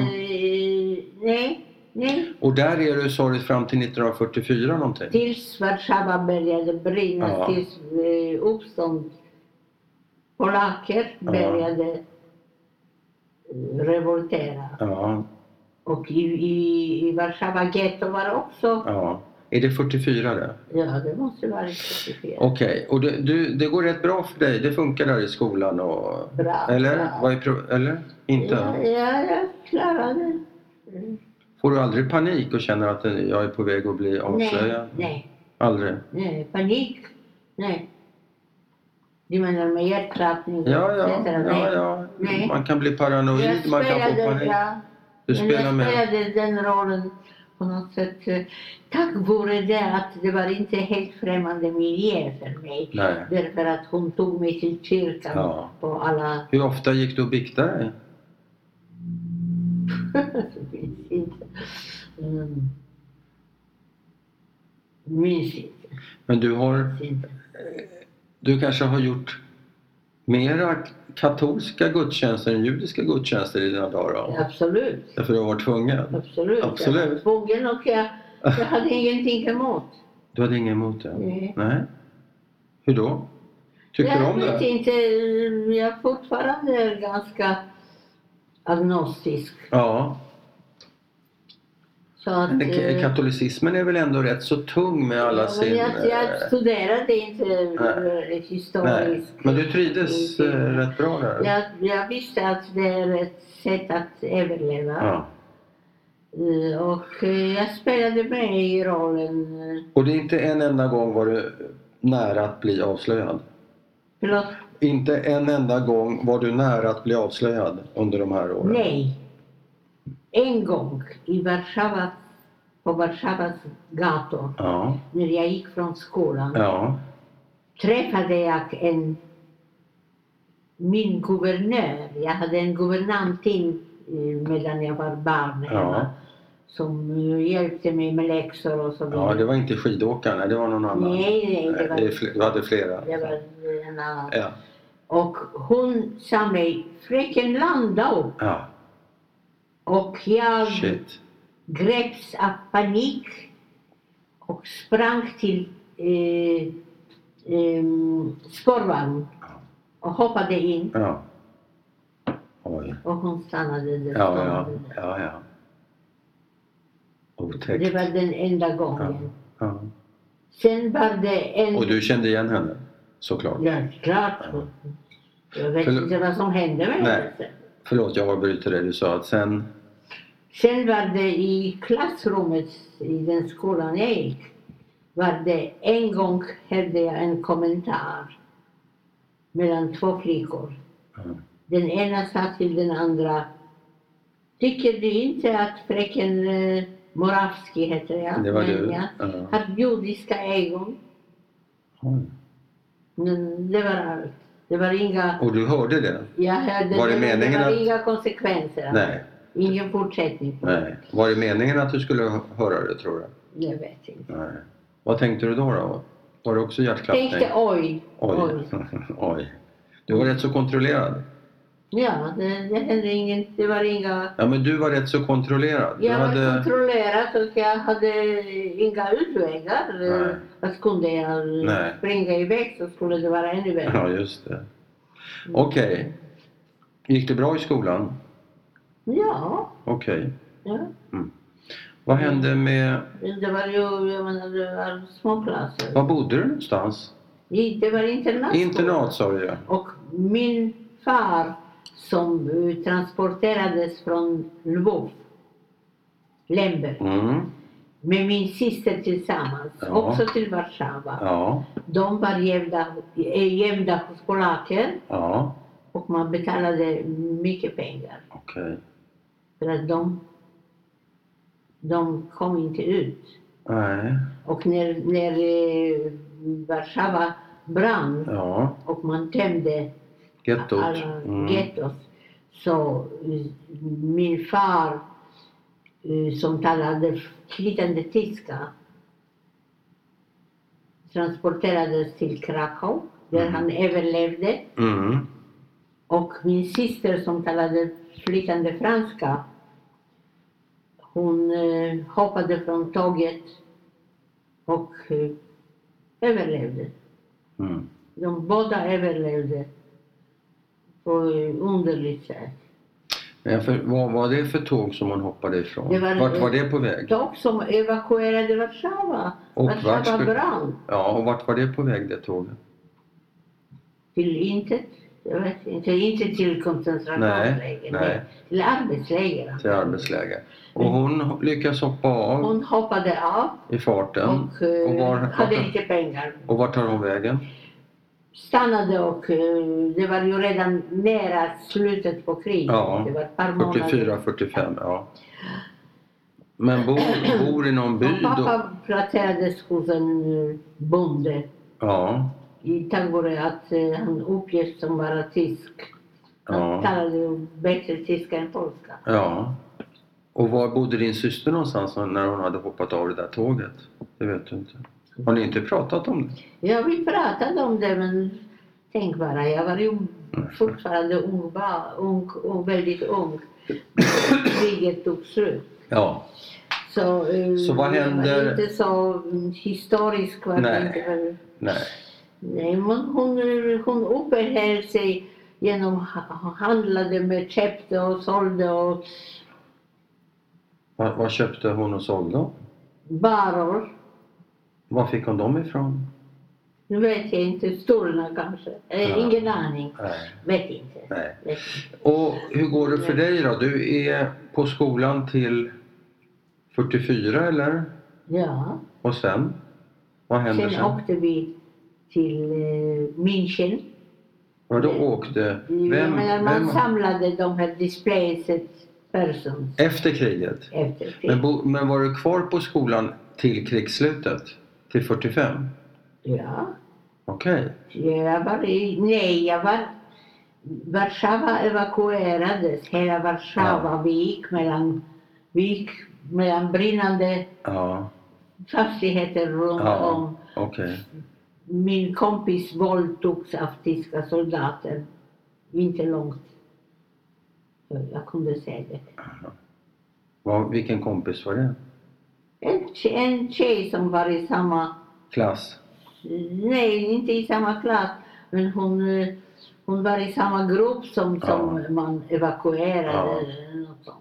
S2: Nej, nej.
S1: Och där är du sorgligt fram till 1944 någonting?
S2: Tills Warszawa började brinna,
S1: Ja.
S2: tills eh, uppstånd. Polacker
S1: Ja.
S2: började eh, revoltera.
S1: Ja.
S2: Och i, i, i Warszawa getto var också...
S1: Ja. Är det 44 det?
S2: Ja, det måste vara 44.
S1: Okej, och det, du, det går rätt bra för dig? Det funkar där i skolan och...
S2: Bra.
S1: Eller?
S2: bra.
S1: Vad är pro- eller? Inte?
S2: Ja, ja, jag klarade det.
S1: Får du aldrig panik och känner att jag är på väg att bli
S2: Nej,
S1: avslöjad?
S2: nej,
S1: Aldrig?
S2: nej, panik. Nej. Du menar med hjärtklappning? och
S1: Ja, ja,
S2: etc.
S1: ja,
S2: Nej.
S1: ja.
S2: Nej.
S1: Man kan bli paranoid, man kan få
S2: spelade
S1: panik.
S2: bra.
S1: Du
S2: Men
S1: spelar
S2: jag
S1: med.
S2: spelade den rollen på något sätt. eh, Tack vore det att det var inte helt främmande miljö för mig.
S1: Nej.
S2: Därför att hon tog mig till kyrkan
S1: Ja.
S2: på alla...
S1: Hur ofta gick du och biktade dig?
S2: Jag minns inte. Mm. Minns inte.
S1: Men du har,
S2: minns inte.
S1: du kanske har gjort mera katolska gudstjänster än judiska gudstjänster i dina dagar? då?
S2: Absolut.
S1: Därför du har varit tvungen?
S2: Absolut.
S1: Absolut.
S2: Jag var tvungen och jag, jag hade ingenting emot.
S1: Du hade inget emot det?
S2: Nej.
S1: Nej. Hur då? Tycker du
S2: jag
S1: om
S2: vet
S1: det?
S2: inte. Jag fortfarande är ganska agnostisk.
S1: Ja.
S2: Så att,
S1: Men k-
S2: eh,
S1: katolicismen är väl ändå rätt så tung med alla
S2: ja,
S1: sin...
S2: men jag, jag
S1: eh,
S2: studerade inte
S1: Nej.
S2: Nej.
S1: Nej.
S2: historiskt.
S1: Men du trivdes eh, rätt bra där?
S2: Jag, jag visste att det är ett sätt att överleva.
S1: Ja.
S2: Eh, Och eh, jag spelade med i rollen... eh,
S1: Och det är inte en enda gång var du nära att bli avslöjad?
S2: Förlåt?
S1: Inte en enda gång var du nära att bli avslöjad under de här åren?
S2: Nej. En gång i Warszawa, på Warszawas gator,
S1: Ja,
S2: när jag gick från skolan,
S1: ja,
S2: träffade jag en, min guvernör. Jag hade en guvernantin eh, medan jag var barn hemma.
S1: Ja.
S2: Som eh, hjälpte mig med läxor och så
S1: ja.
S2: vidare.
S1: Det var inte skidåkaren, nej, det var någon annan?
S2: Nej, nej, det var-
S1: är fl- Du hade flera?
S2: det var en annan.
S1: Ja.
S2: Och hon sa mig, fröken Landau.
S1: ja,
S2: Och jag
S1: shit.
S2: greps av panik och sprang till eh, ehm, spårvagn och hoppade in.
S1: Ja. Oj.
S2: Och hon stannade där.
S1: Ja, ja,
S2: stannade där.
S1: ja. ja.
S2: Det
S1: Otäckt.
S2: var den enda gången.
S1: Ja. Ja.
S2: Sen var det en...
S1: Och du kände igen henne? Såklart.
S2: Ja, klart.
S1: Ja.
S2: Jag vet
S1: Förlåt.
S2: inte vad som hände med
S1: Nej.
S2: henne. sen.
S1: Förlåt, jag avbryter dig. Du sa att sen...
S2: Sen var det i klassrummet i den skolan jag gick. Var det en gång hörde jag en kommentar mellan två flickor.
S1: Ja.
S2: Den ena sa till den andra. Tycker du inte att fröken eh, Morawski heter jag?
S1: Det var
S2: men
S1: du.
S2: Jag
S1: Ja.
S2: har judiska ögon.
S1: Oj.
S2: Men det var allt. Det var inga...
S1: Och du hörde det?
S2: Jag hörde,
S1: Var det meningen
S2: var
S1: att-
S2: inga konsekvenser.
S1: Nej.
S2: Ingen fortsättning.
S1: Nej. Var det meningen att du skulle hö- höra det, tror du?
S2: Jag vet inte.
S1: Nej. Vad tänkte du då? då? Var det också hjärtklappning?
S2: Tänkte oj,
S1: Oj.
S2: oj.
S1: Oj. Du var rätt så kontrollerad.
S2: Ja, det, det hände inget. Det var inga...
S1: Ja, men du var rätt så kontrollerad. Du
S2: Jag var
S1: hade...
S2: kontrollerad och jag hade inga utvägar. eh,
S1: Nej.
S2: Att kunde jag
S1: Nej.
S2: springa iväg så skulle det vara ännu värre.
S1: Ja, just det.
S2: Mm.
S1: Okej. Gick det bra i skolan?
S2: Ja,
S1: Okej.
S2: ja.
S1: Vad hände med...
S2: Det var ju, jag menar, det var små klasser.
S1: Var bodde du någonstans?
S2: I- Det var internat.
S1: Internat sa du ju.
S2: Och min far som eh, transporterades från Lvov, Lemberg,
S1: Mm.
S2: med min syster tillsammans,
S1: Ja.
S2: också till Warszawa.
S1: Ja.
S2: De var gömda, eh, gömda hos polacker
S1: Ja.
S2: och man betalade mycket pengar
S1: Okej.
S2: för att de, de kom inte ut.
S1: Nej.
S2: Och när, när eh, Warszawa brann
S1: Ja.
S2: och man tömde
S1: Gettot.
S2: alla
S1: Mm.
S2: gettos så eh, min far eh, som talade flytande tyska transporterades till Krakow där
S1: Mm.
S2: han överlevde.
S1: Mm.
S2: Och min syster som talade flytande franska, hon eh, hoppade från tåget och eh, överlevde.
S1: Mm.
S2: De båda överlevde på eh, underligt sätt.
S1: Men för, vad var det för tåg som hon hoppade ifrån?
S2: Det var-
S1: vart var det på väg?
S2: Dock som evakuerade Warszawa.
S1: Och vart
S2: Warszawa
S1: skulle-
S2: brann
S1: Ja, och vart var det på väg det tåget?
S2: till intet. Jag vet inte, inte till koncentrationsläger.
S1: Nej, nej.
S2: Till arbetsläger.
S1: Till arbetsläger. Och hon lyckas hoppa av
S2: Mm. Hon hoppade av
S1: i farten.
S2: och, eh,
S1: Och var-
S2: hade inte pengar.
S1: Och vart tar hon vägen?
S2: Stannade och eh, det var ju redan nära slutet på kriget.
S1: Ja,
S2: det var ett par månader.
S1: 44, 45, ja. Men bor, bor i någon by
S2: Och
S1: då?
S2: pappa placerades hos en eh, bonde
S1: Ja,
S2: i- tack vare att eh, han uppges som vara tysk. Han
S1: Ja.
S2: talade ju bättre tyska än polska.
S1: ja. Och var bodde din syster någonstans när hon hade hoppat av det där tåget? Det vet du inte. Har ni inte pratat om det?
S2: Ja, vi pratade om det men tänk bara, jag var ju fortfarande ung, ba- ung, ung väldigt ung. Kriget tog slut.
S1: Ja.
S2: Så, eh,
S1: Så vad
S2: Det
S1: händer-
S2: var inte så mm, historiskt. Var
S1: Nej.
S2: Det inte, men,
S1: Nej.
S2: nej, men hon, hon uppehöll sig genom ha- handlade med, köpte och sålde och
S1: Vad, vad köpte hon och sålde?
S2: varor.
S1: Var fick hon dem ifrån?
S2: Nu vet jag inte, stulna kanske. Eh,
S1: Ja.
S2: Ingen aning.
S1: Nej.
S2: Vet inte.
S1: Nej.
S2: Vet
S1: Och hur går det för dig då? Du är på skolan till 44 eller?
S2: inte. Ja.
S1: Och sen? Vad händer
S2: Sen
S1: sen?
S2: åkte vi till eh, München.
S1: Vadå åkte?
S2: Jag
S1: Vem,
S2: menar, man
S1: vem?
S2: samlade de här displaced persons
S1: Efter kriget?
S2: efter kriget.
S1: Eh, Men, bo, men var du kvar på skolan till krigsslutet? Till 45?
S2: Ja.
S1: Okej.
S2: Jag var i, nej, jag var... Warszawa evakuerades, hela Warszawa. Vi gick mellan, vi gick mellan brinnande
S1: Ja,
S2: fastigheter runt
S1: ja.
S2: om.
S1: okej.
S2: Min kompis våldtogs av tyska soldater. Inte långt. Jag kunde säga det.
S1: Vad- Vilken kompis var det?
S2: En, tje- en tjej som var i samma
S1: Klass?
S2: Nej, inte i samma klass. Men hon, eh, hon var i samma grupp som,
S1: Ja.
S2: som man evakuerade.
S1: Ja.
S2: Eller något sånt.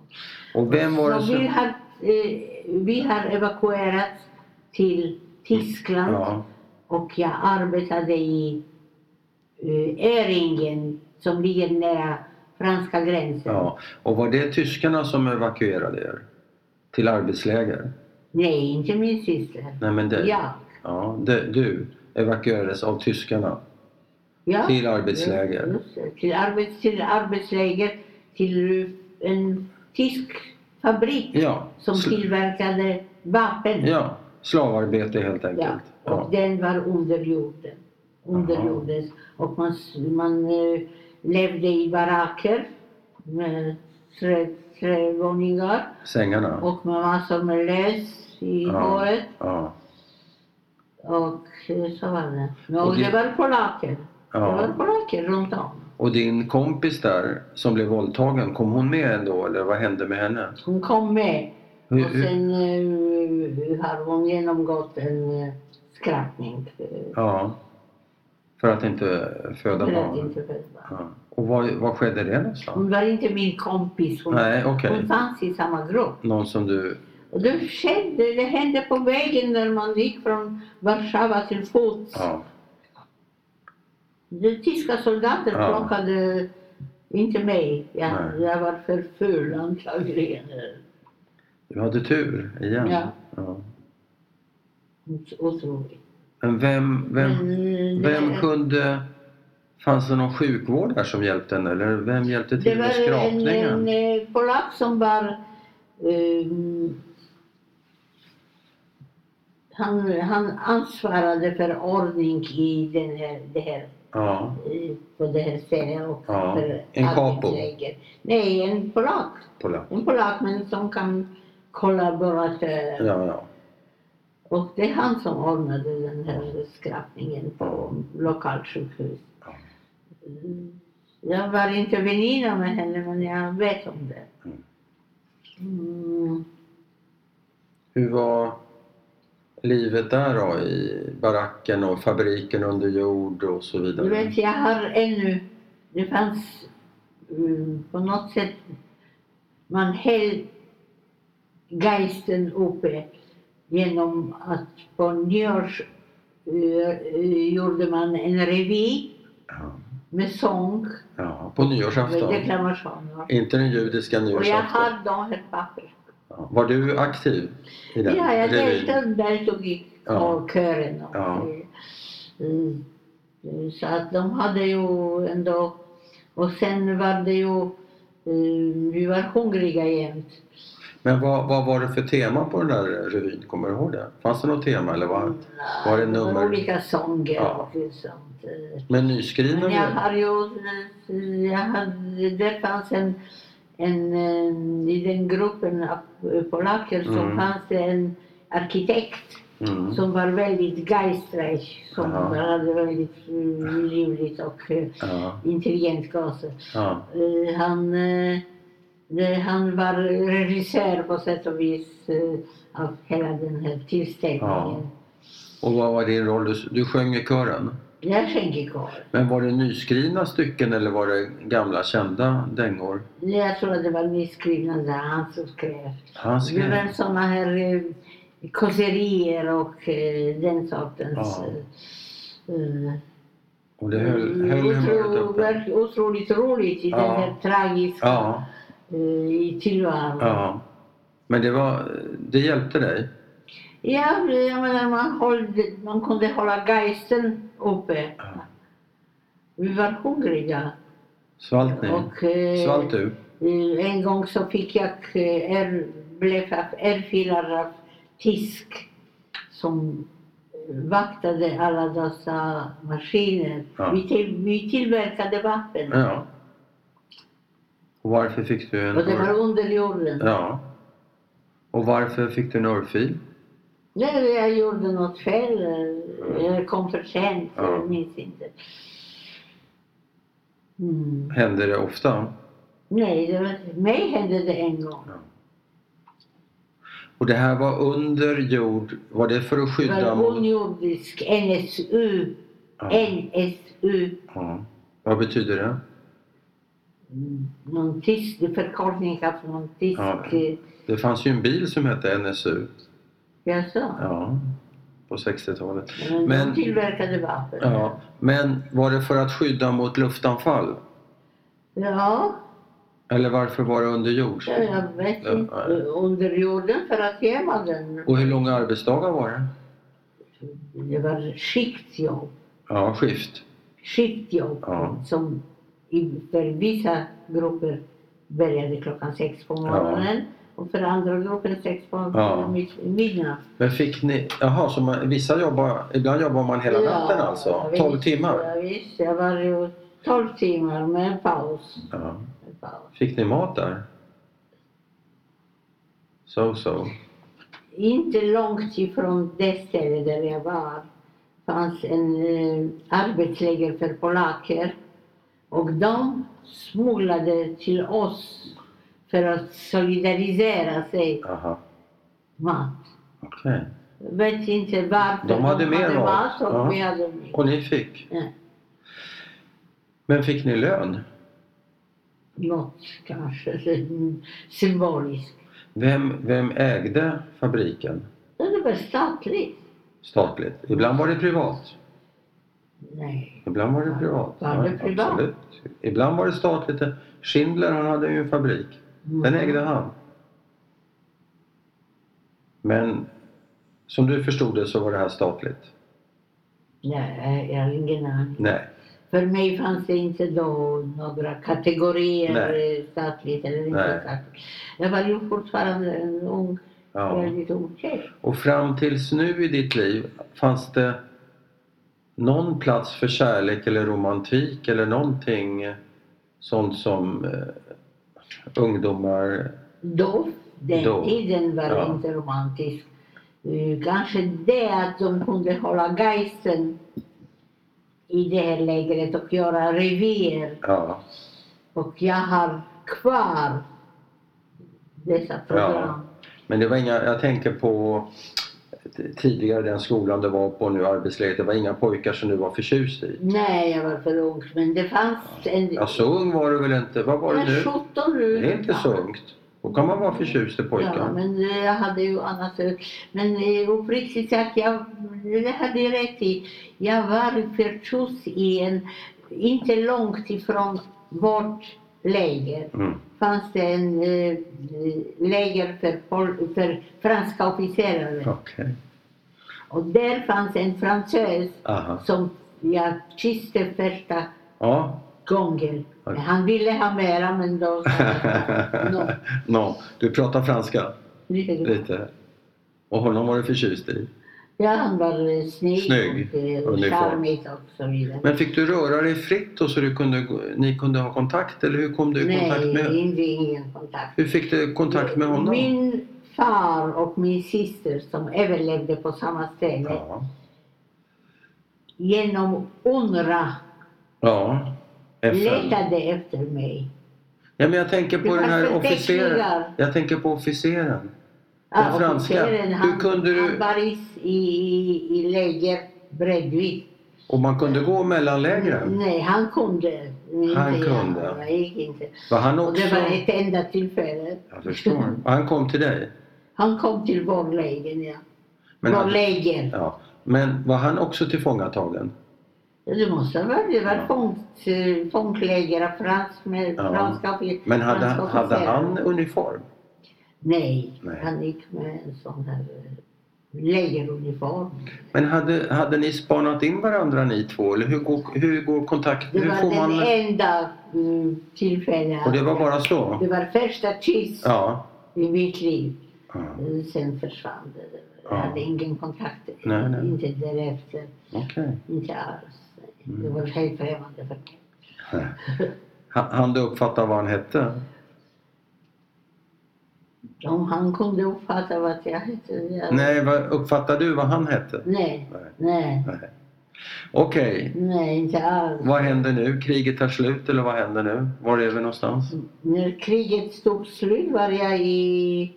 S1: Och vem var det
S2: Så vi,
S1: som...
S2: har, eh, vi har evakuerats till Tyskland
S1: Ja,
S2: och jag arbetade i eh, Öringen som ligger nära franska gränsen.
S1: ja. Och var det tyskarna som evakuerade er? Till arbetsläger?
S2: Nej, inte min syster.
S1: Nej men dig?
S2: Jag.
S1: Ja, det, du evakuerades av tyskarna
S2: Ja. Mm,
S1: till arbetsläger?
S2: Just det. Till, arbets, till arbetsläger, till eh, en tysk fabrik
S1: Ja.
S2: som
S1: sl-
S2: tillverkade vapen.
S1: ja. Slavarbete helt
S2: Ja,
S1: enkelt?
S2: Och
S1: Ja.
S2: den var under jorden. Under
S1: Aha.
S2: jordens. Och man, s- man eh, levde i baracker med tre, tre våningar
S1: Sängarna?
S2: och med massor med lös i håret.
S1: Ja.
S2: Och eh, så var det.
S1: Och
S2: Och det
S1: det-
S2: var polacker. Det var
S1: ja.
S2: polacker runt om.
S1: Och din kompis där som blev våldtagen, kom hon med ändå eller vad hände med henne?
S2: Hon kom med
S1: Hur-
S2: och
S1: hur-
S2: sen eh, har hon genomgått en eh, skrattning. eh,
S1: Ja. För att inte föda
S2: För att
S1: barn.
S2: inte Mm. föda.
S1: Ja. Och var, var skedde det någonstans?
S2: Hon var inte min kompis. Hon,
S1: Nej, okej.
S2: hon fanns i samma grupp.
S1: Någon som du...
S2: Och det, skedde, det hände på vägen när man gick från Warszawa till fots.
S1: Ja.
S2: De tyska soldater
S1: Ja.
S2: plockade inte mig. Jag,
S1: Nej.
S2: jag var för eh, ful antagligen.
S1: Du hade tur igen.
S2: Ja.
S1: Ja.
S2: Otroligt.
S1: Men vem, vem,
S2: Men, eh,
S1: vem kunde... Fanns det någon sjukvård där som hjälpte henne? Eller vem hjälpte
S2: Det
S1: till med
S2: var en, en
S1: skrapningen?
S2: eh, polack som var... ehm, han, han ansvarade för ordning i den här, det här,
S1: Ja.
S2: eh, på det här stället och
S1: Ja,
S2: för
S1: en capo.
S2: arbetsläger. Nej, en polack.
S1: Polack.
S2: En polack men som kan kollaboratör.
S1: Ja, ja.
S2: Och det är han som ordnade den här skrapningen på lokalsjukhus.
S1: Ja.
S2: Mm. Jag var inte väninna med henne, men jag vet om det.
S1: Mm.
S2: Mm.
S1: Hur var livet där då? I baracken och fabriken under jord och så
S2: Du
S1: vidare?
S2: vet, jag har ännu... Det fanns mm, på något sätt man höll geisten uppe genom att på nyårs eh, gjorde man en revy
S1: Ja.
S2: med sång,
S1: Ja, på
S2: med
S1: nyårsafton.
S2: deklamationer.
S1: Inte den judiska
S2: Och jag
S1: nyårsafton.
S2: har de här pappren.
S1: Ja. Var du aktiv i den
S2: Ja, jag
S1: revyn?
S2: deltog, deltog i
S1: Ja.
S2: ja. kören. Och,
S1: Ja.
S2: eh, eh, Så att de hade ju ändå... Och sen var det ju... eh, Vi var hungriga jämt.
S1: Men vad, vad var det för tema på den där revyn? Kommer du ihåg det? Fanns det något tema eller var, var det nummer?
S2: olika sånger
S1: Ja.
S2: och sånt. eh.
S1: Men nyskriven?
S2: Men jag
S1: revy?
S2: har ju... eh, Jag hade, det fanns en, en... eh, I den gruppen av eh, polacker så
S1: Mm.
S2: fanns det en arkitekt
S1: Mm.
S2: som var väldigt geistreich, som
S1: Aha.
S2: hade väldigt eh, livligt och eh,
S1: Ja,
S2: intelligent gase.
S1: ja,
S2: Eh, Han, eh, det, han var regissör på sätt och vis eh, av hela den här tillställningen.
S1: Och vad var din roll? Du, du sjöng i kören.
S2: Jag sjöng i kör.
S1: Men var det nyskrivna stycken eller var det gamla kända dängor?
S2: Jag tror att det var nyskrivna där han som skrev.
S1: Han
S2: Det var
S1: skrev.
S2: såna här eh, kåserier och eh, den sortens...
S1: Ja.
S2: eh, eh,
S1: Och det höll, höll humöret uppe.
S2: Mm, Otro- Otroligt roligt i
S1: Ja.
S2: den här tragiska
S1: Ja,
S2: eh, i tillvaron. Ja.
S1: ja. Men det, var, det hjälpte dig?
S2: jag menar man, hållde, man kunde hålla geisten uppe.
S1: Ja.
S2: Vi var hungriga.
S1: Svalt ni?
S2: Och, eh,
S1: Mm. Svalt du?
S2: eh, En gång så fick jag eh, R, blev jag ärfilad av tysk som vaktade alla dessa maskiner.
S1: Ja. Mm.
S2: Vi, till, vi tillverkade vapen.
S1: Ja. Och varför fick du en
S2: Och det var
S1: örfil?
S2: under jorden.
S1: Ja. Och varför fick du en örfil?
S2: Nej, jag gjorde något fel. eh, Jag kom för sent.
S1: Ja.
S2: Jag minns inte. Mm.
S1: Hände det ofta?
S2: Nej, det var, mig hände det en gång.
S1: Och det här var under jord. Var det för att
S2: Det
S1: skydda
S2: var
S1: mot...
S2: onjudisk NSU.
S1: Ja.
S2: NSU.
S1: Ja. Vad betyder det?
S2: Mm, Någon tysk det är förkortning av någon tysk...
S1: Ja.
S2: eh,
S1: Det fanns ju en bil som hette NSU.
S2: Jaså?
S1: Ja. På 60-talet.
S2: Men,
S1: Men-
S2: de tillverkade vapen.
S1: Ja. Men var det för att skydda mot luftanfall?
S2: ja,
S1: Eller varför var det under jord?
S2: ja, jag vet
S1: Ja,
S2: inte.
S1: ja.
S2: Under jorden för att gömma den.
S1: Och hur långa arbetsdagar var det?
S2: Det var skiktjobb.
S1: Ja, skift.
S2: skiftjobb
S1: Ja.
S2: som i, för vissa grupper började klockan sex på morgonen och för andra grupper sex på
S1: Ja.
S2: mid- midnatt.
S1: Men fick ni... Jaha, så man, vissa jobbar... Ibland jobbar man hela natten alltså? 12
S2: visst,
S1: timmar?
S2: Ja, visst, jag var ju 12 timmar med en paus.
S1: Ja.
S2: Med paus.
S1: Fick ni mat där? So so.
S2: Inte långt ifrån det ställe där jag var fanns en eh, arbetsläger för polacker och de smugglade till oss för att solidarisera sig
S1: Aha,
S2: mat.
S1: okej.
S2: vet inte varför
S1: De hade mer mat.
S2: mat och
S1: Ja.
S2: vi hade mer.
S1: Och ni fick?
S2: Ja,
S1: Men fick ni lön?
S2: något kanske symboliskt.
S1: Vem, vem ägde fabriken
S2: Men Det var statligt.
S1: statligt? Ibland var det privat.
S2: Nej.
S1: Ibland var det privat.
S2: Var det privat?
S1: Absolut. Ibland var det statligt. Schindler han hade ju en fabrik. Den ägde han. Men som du förstod det så var det här statligt?
S2: Nej, jag har ingen aning.
S1: Nej.
S2: För mig fanns det inte då några kategorier
S1: Nej.
S2: eh, statligt eller inte
S1: Nej.
S2: statligt. Jag var ju fortfarande en ung,
S1: Ja.
S2: väldigt ung tjej.
S1: Och fram tills nu i ditt liv, fanns det någon plats för kärlek eller romantik eller någonting sånt som eh, ungdomar...
S2: Då, den
S1: Då.
S2: tiden var
S1: Ja.
S2: inte romantisk. Eh, Kanske det att de kunde hålla geisten i det här lägret och göra revyer.
S1: Ja,
S2: Och jag har kvar dessa program.
S1: men det var inga... Jag tänker på tidigare den skolan du var på nu, arbetslivet. Det var inga pojkar som du var förtjust i.
S2: Nej, jag var för ung. Men det fanns en...
S1: Ja, så ung var du väl inte? Vad var
S2: jag
S1: du
S2: är
S1: nu?
S2: 17 nu.
S1: Det är inte så ungt. Då kan man vara förtjust i pojkar.
S2: Ja, men eh, jag hade ju annat. eh, Men eh, uppriktigt sagt, jag, det hade jag rätt i. Jag var förtjust i en, inte långt ifrån vårt läger
S1: Mm.
S2: fanns det en eh, läger för, pol- för franska officerare.
S1: Okej.
S2: Och där fanns en fransös
S1: Aha.
S2: som jag kysste första
S1: Ja.
S2: gången.
S1: Okej.
S2: Han ville ha mera men då... No,
S1: no. Du pratar franska
S2: lite grann.
S1: lite. Och honom var du förtjust i.
S2: Ja, han var eh, snygg,
S1: Snygg.
S2: och, eh, och
S1: Uniform.
S2: charmig och så vidare.
S1: Men fick du röra dig fritt och så du kunde, gå- ni kunde ha kontakt? Eller hur kom du i kontakt
S2: Nej,
S1: med
S2: inte, ingen kontakt.
S1: Hur fick du kontakt med honom?
S2: Min far och min syster som överlevde på samma ställe
S1: Ja.
S2: genom UNRWA
S1: Ja. FN.
S2: letade efter mig.
S1: Ja, men jag tänker
S2: Det
S1: på
S2: var
S1: den här
S2: förteckningar.
S1: officeren. Jag tänker på officeren.
S2: Ja,
S1: Den franska.
S2: officeren,
S1: Hur
S2: han,
S1: kunde du-
S2: han var i, i, i läger bredvid.
S1: Och man kunde gå mellan lägren.
S2: Nej, han kunde. Inte
S1: Han
S2: jag.
S1: kunde.
S2: Jag gick inte.
S1: Var han
S2: Och det
S1: också...
S2: var ett enda tillfälle.
S1: Jag förstår. Och han kom till dig.
S2: Han kom till vår läger, ja.
S1: Men,
S2: vår
S1: han...
S2: läger.
S1: ja. men var han också tillfångatagen?
S2: Ja, Det måste ha varit. Det var
S1: Ja.
S2: fångt, eh, fångläger av frans, med
S1: Ja.
S2: franska
S1: Men hade,
S2: franska
S1: hade
S2: officerare.
S1: han uniform?
S2: Nej,
S1: Nej.
S2: han gick med en sån här eh, lägeruniform.
S1: Men hade, hade ni spanat in varandra ni två? Eller hur går, hur går kontakt...
S2: Det
S1: Hur
S2: var
S1: får
S2: den
S1: man...
S2: enda mm, tillfället.
S1: Och det
S2: att
S1: var
S2: jag-
S1: bara så?
S2: det var första kyss
S1: Ja.
S2: i mitt liv.
S1: ja.
S2: Eh, Sen försvann det.
S1: Ja.
S2: Jag hade ingen kontakt.
S1: Nej, nej.
S2: Inte därefter.
S1: Okej.
S2: Inte alls.
S1: Mm.
S2: Det var helt främmande för mig.
S1: Han Han du uppfatta vad han hette?
S2: Om han kunde uppfatta vad jag hette. jag-
S1: Nej, vad, uppfattade du vad han hette?
S2: Nej.
S1: Nej.
S2: Nej.
S1: Nej. Okej,
S2: Nej, inte alls.
S1: vad händer nu? Kriget tar slut eller vad händer nu? Var är vi någonstans?
S2: När kriget tog slut var jag i,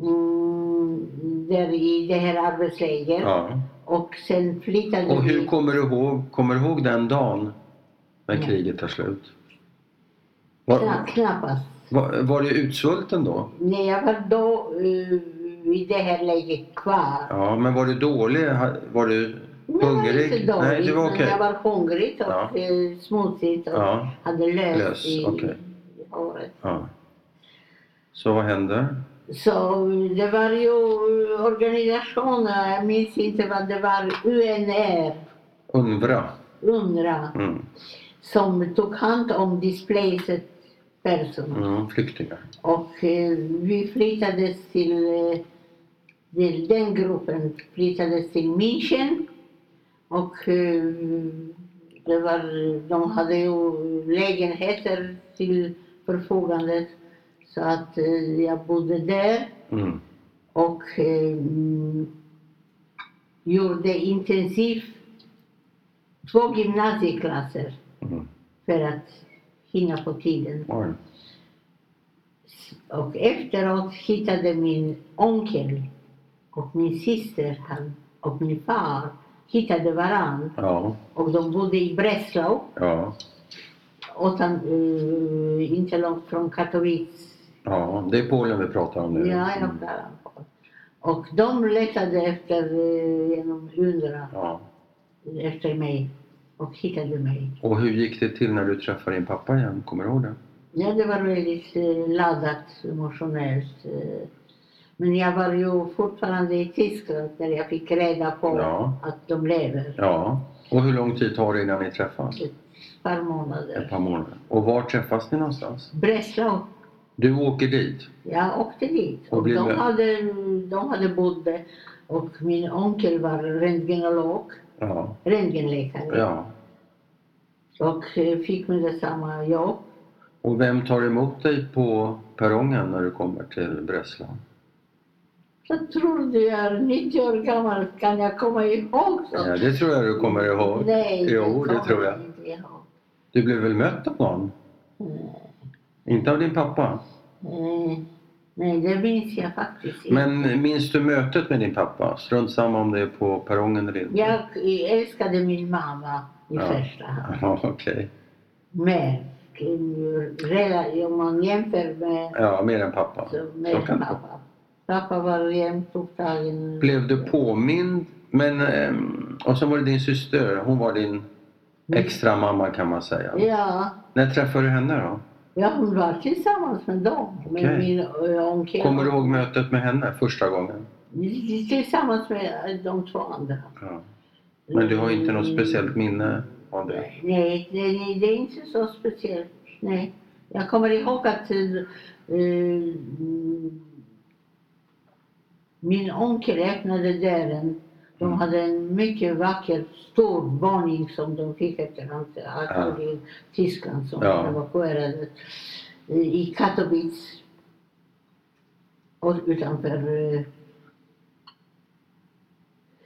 S2: mm, där i det här arbetslägret.
S1: Ja.
S2: Och sen flyttade
S1: Och hur
S2: vi.
S1: kommer du ihåg, kommer du ihåg den dagen när
S2: Nej.
S1: kriget tar slut? Var,
S2: Kna- Knappast.
S1: var, var du utsvulten då?
S2: När jag var då eh, i det här läget kvar.
S1: Ja, men var du dålig? Ha- Var du
S2: Men jag var
S1: hungrig?
S2: inte dålig,
S1: Nej, det var
S2: men
S1: okej.
S2: Jag var hungrig och
S1: Ja.
S2: eh, smutsigt och
S1: Ja,
S2: hade löst
S1: Lös,
S2: i,
S1: okej.
S2: i håret.
S1: ja. Så vad händer?
S2: Så det var ju organisationer, jag minns inte vad det var, UNR,
S1: Unvra.
S2: UNRWA.
S1: Mm.
S2: som tog hand om displaced person.
S1: Mm, flyktingar.
S2: Och eh, vi flyttades till, eh, till den gruppen, flyttades till München. Och eh, det var, de hade ju lägenheter till förfogande. Så att eh, jag bodde där
S1: Mm.
S2: och eh, mm, gjorde intensiv två gymnasieklasser
S1: Mm.
S2: för att hinna på tiden.
S1: Oj.
S2: Och efteråt hittade min onkel och min syster han, och min far hittade varann
S1: Ja,
S2: och de bodde i Breslau,
S1: ja,
S2: åtan, eh, inte långt från Katowice.
S1: ja. Det är Polen vi pratar om nu.
S2: Ja, jag
S1: Mm.
S2: klarar på. Och de letade efter, eh, genom UNRWA
S1: ja.
S2: efter mig och hittade mig.
S1: Och hur gick det till när du träffade din pappa igen? Kommer du ihåg det?
S2: Ja, det var väldigt eh, laddat emotionellt. eh. Men jag var ju fortfarande i Tyskland när jag fick reda på
S1: Ja.
S2: att de lever.
S1: Ja. Och hur lång tid tar det innan ni träffas?
S2: Ett par
S1: Ett
S2: månader.
S1: par månader. Och var träffas ni någonstans?
S2: Breslau,
S1: Du åker dit?
S2: jag åkte dit.
S1: Och
S2: Och
S1: blev
S2: de,
S1: med?
S2: hade, de hade bott där. Och min onkel var röntgenolog,
S1: Ja.
S2: röntgenläkare.
S1: ja.
S2: Och eh, fick med detsamma jobb.
S1: Och vem tar emot dig på perrongen när du kommer till Breslau?
S2: Jag trodde jag är 90 år gammal, kan jag komma ihåg sånt?
S1: Ja, det tror jag du kommer ihåg.
S2: Nej,
S1: Jo, det
S2: kommer
S1: tror jag.
S2: inte ihåg.
S1: Du blev väl mött av någon?
S2: Mm.
S1: Inte av din pappa?
S2: Nej, nej, det minns jag faktiskt inte.
S1: Men minns du mötet med din pappa? Strunt samma om det är på perrongen eller inte.
S2: Jag älskade min mamma i
S1: Ja.
S2: första hand.
S1: Ja, okej.
S2: Men eh, rela- om man jämför med,
S1: Ja, mer än pappa.
S2: så,
S1: Så
S2: med
S1: kan det vara.
S2: pappa. Pappa var jämt upptagen.
S1: Blev du påmind? Men, ehm, och sen var det din syster, hon var din extra mamma kan man säga.
S2: Mm. Ja,
S1: När träffade du henne då?
S2: ja, hon var tillsammans med dem.
S1: Okej.
S2: Med min eh, onkel.
S1: Kommer du ihåg mötet med henne första gången?
S2: Tillsammans med eh, de två andra.
S1: Ja. Men du har inte något speciellt minne av det?
S2: Mm. Nej, det, det- det är inte så speciellt. Nej. Jag kommer ihåg att eh, eh, min onkel öppnade dörren. De
S1: Mm.
S2: hade en mycket vacker stor våning som de fick efter hans ja. i Tyskland som
S1: Ja.
S2: evakuerades eh, i Katowice. Och utanför, eh,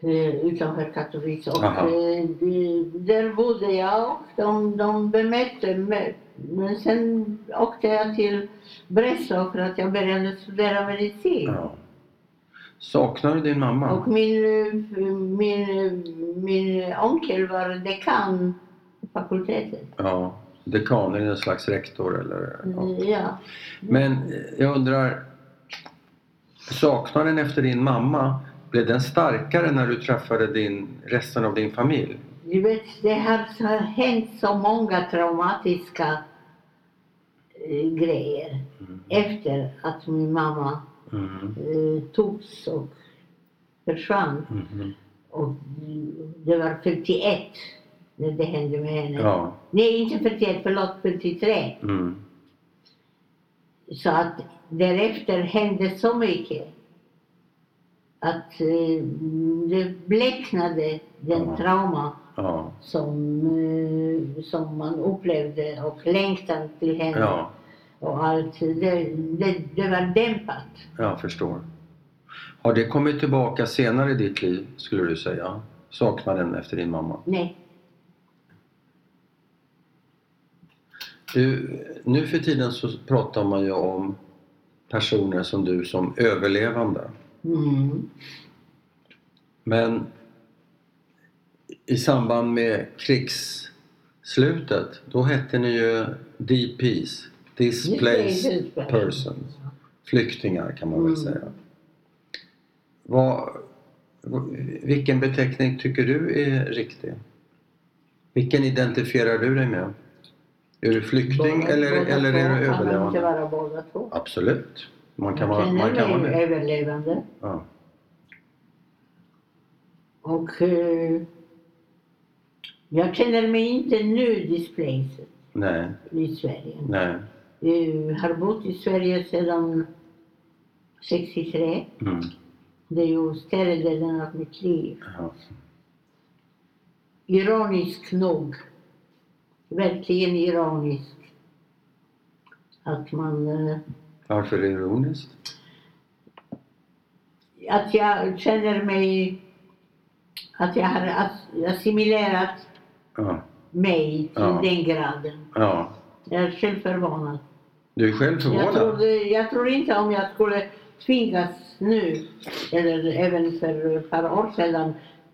S2: eh, utanför Katowice. Och
S1: Aha.
S2: eh, det- där bodde jag och de, de bemötte mig. Men sen åkte jag till Breslau för att jag började studera medicin.
S1: Ja. Saknar du din mamma?
S2: Och min, eh, min, eh, min onkel var dekan på fakulteten.
S1: Ja. Dekan, är det en slags rektor eller?
S2: Mm.
S1: Ja.
S2: Ja.
S1: Men eh, jag undrar, saknaden efter din mamma, blev den starkare när du träffade din, resten av din familj?
S2: Du vet, det har så, hänt så många traumatiska eh, grejer
S1: Mm.
S2: efter att min mamma
S1: Mm.
S2: eh, togs och försvann.
S1: Mhm.
S2: Och mm, det var 41 när det hände med henne.
S1: Ja.
S2: Nej, inte 41, förlåt 43.
S1: Mm.
S2: Så att därefter hände så mycket att eh, det bleknade den
S1: Ja.
S2: trauma
S1: Ja.
S2: som, eh, som man upplevde och längtan till henne
S1: Ja.
S2: och allt. Det, det, det var dämpat.
S1: Jag förstår. Har det kommit tillbaka senare i ditt liv, skulle du säga? Saknaden efter din mamma?
S2: Nej.
S1: Du, nu för tiden så pratar man ju om personer som du som överlevande.
S2: Mm.
S1: Men i samband med krigsslutet, då hette ni ju DPs, Displaced Persons, flyktingar kan man väl
S2: Mm.
S1: säga. Vad, vilken beteckning tycker du är riktig? Vilken identifierar du dig med? Är du flykting
S2: Båda-
S1: eller,
S2: båda
S1: eller är
S2: två
S1: du
S2: Kan man inte
S1: överlevande?
S2: vara båda två?
S1: Absolut, man kan
S2: Jag
S1: vara,
S2: känner
S1: man kan vara
S2: mig
S1: det.
S2: överlevande.
S1: Ja.
S2: Och eh, jag känner mig inte nu displaced
S1: Nej,
S2: i Sverige.
S1: nej.
S2: Jag har bott i Sverige sedan 63.
S1: Mm.
S2: Det är ju större delen av mitt liv.
S1: Ja.
S2: Ironisk nog. Verkligen ironisk. Att man... eh,
S1: Varför är det ironiskt?
S2: Att jag känner mig... Att jag har ass- assimilerat
S1: Ja.
S2: mig till
S1: Ja.
S2: den graden.
S1: ja.
S2: Jag är själv förvånad.
S1: Du är själv
S2: Jag,
S1: förvånad.
S2: trodde, jag tror inte om jag skulle tvingas nu, eller även för ett par år sedan,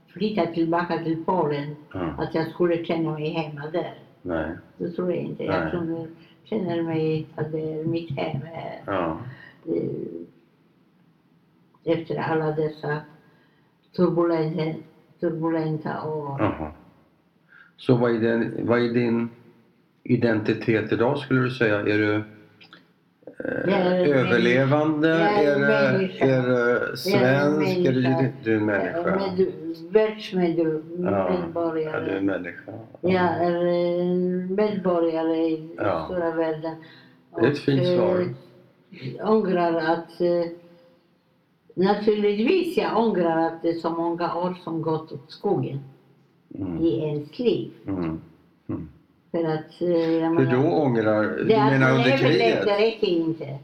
S2: flytta tillbaka till Polen,
S1: Ja.
S2: att jag skulle känna mig hemma där.
S1: Nej.
S2: Det tror jag inte.
S1: Nej.
S2: Jag tror, känner mig att det är mitt hem. eh,
S1: Ja.
S2: eh, Efter alla dessa turbulenta, turbulenta år.
S1: Jaha. Så vad är, din, vad är din identitet idag skulle du säga? Är du eh,
S2: Jag är en
S1: överlevande?
S2: Jag är
S1: Är
S2: en
S1: du,
S2: människa.
S1: är du svensk? Är du,
S2: människa.
S1: du är en människa.
S2: Med, världsmedborgare.
S1: Ja, du är en människa.
S2: Jag är en eh, medborgare i
S1: Ja.
S2: stora världen.
S1: Det är ett fint
S2: Och, eh,
S1: svar.
S2: ångrar att... eh, Naturligtvis jag ångrar att det är så många år som gått åt skogen
S1: Mm.
S2: i ens liv.
S1: Mm.
S2: För att... eh, jag
S1: Hur
S2: menar,
S1: då ångrar du?
S2: det att
S1: menar
S2: man
S1: under
S2: överlevde
S1: kriget?
S2: räcker inte.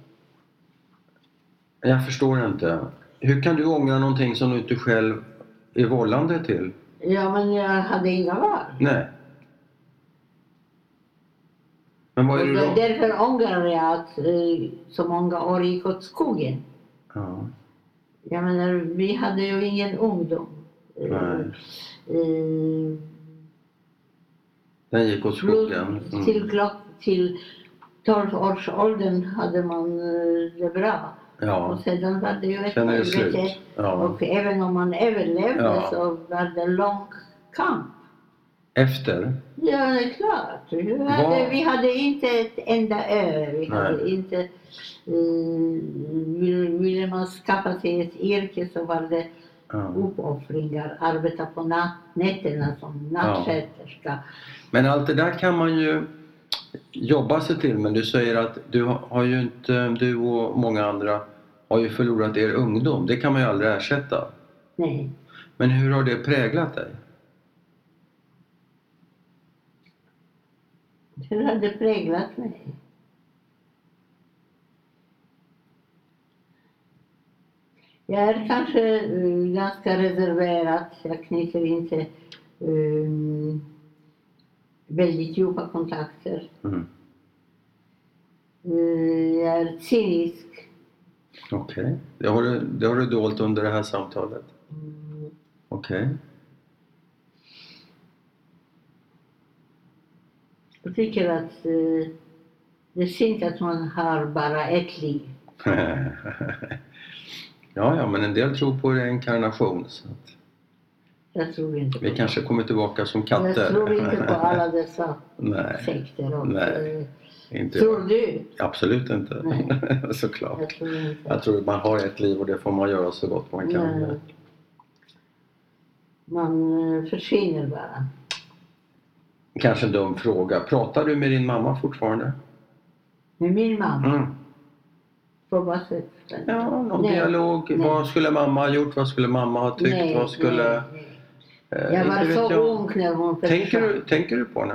S1: Jag förstår inte. Hur kan du ångra någonting som du inte själv är vållande till?
S2: Ja, men jag hade inga val.
S1: Nej. Men vad är
S2: Och
S1: det
S2: där-
S1: då?
S2: därför ångrar jag att eh, så många år gick åt skogen.
S1: Ja.
S2: Jag menar, vi hade ju ingen ungdom. Eh,
S1: Nej.
S2: eh,
S1: Den gick åt
S2: Plus
S1: skogen.
S2: till,
S1: Mm.
S2: klock, till 12 års åldern hade man eh, det bra. Och
S1: Ja,
S2: sedan var det ju ett
S1: sen är det
S2: helvete.
S1: slut. Ja.
S2: Och även om man överlevde
S1: Ja.
S2: så var det lång kamp.
S1: Efter?
S2: Ja, det är klart. Vi hade,
S1: Vad-
S2: vi hade inte ett enda öre. Vi hade
S1: Nej.
S2: inte... eh, ville, ville man skaffa sig ett yrke så var det
S1: Ja.
S2: uppoffringar. Arbeta på nat- nätterna som nattsköterska.
S1: Men allt det där kan man ju jobba sig till. Men du säger att du har ju inte, du och många andra har ju förlorat er ungdom. Det kan man ju aldrig ersätta.
S2: Nej.
S1: Men hur har det präglat dig?
S2: Hur har det präglat mig? Jag är kanske eh, ganska reserverad. Jag knyter inte eh, väldigt djupa kontakter.
S1: Mm.
S2: Eh, jag är cynisk.
S1: Okej, det, har du, det har du dolt under det här samtalet.
S2: Mm,
S1: Okej.
S2: Jag tycker att eh, det är synd att man har bara ett liv.
S1: ja, ja, men en del tror på reinkarnation. Så att
S2: Jag tror inte på
S1: vi kanske kommer tillbaka som katter.
S2: Jag tror inte på alla dessa
S1: Nej,
S2: sekter. Och,
S1: Nej,
S2: eh,
S1: inte
S2: tror
S1: jag.
S2: du?
S1: Absolut inte. Såklart.
S2: Jag tror inte.
S1: Jag tror att man har ett liv och det får man göra så gott man kan.
S2: Nej. Man eh, försvinner bara.
S1: Kanske en dum fråga. Pratar du med din mamma fortfarande?
S2: Med min mamma,
S1: Mm.
S2: på vad sätt?
S1: Ja, någon
S2: Nej.
S1: dialog.
S2: Nej.
S1: Vad skulle mamma ha gjort? Vad skulle mamma ha tyckt?
S2: Nej,
S1: Vad skulle...
S2: nej, nej.
S1: eh,
S2: Jag
S1: inte
S2: var
S1: vet
S2: så
S1: jag.
S2: ung när hon försvann.
S1: Tänker du, tänker du på henne?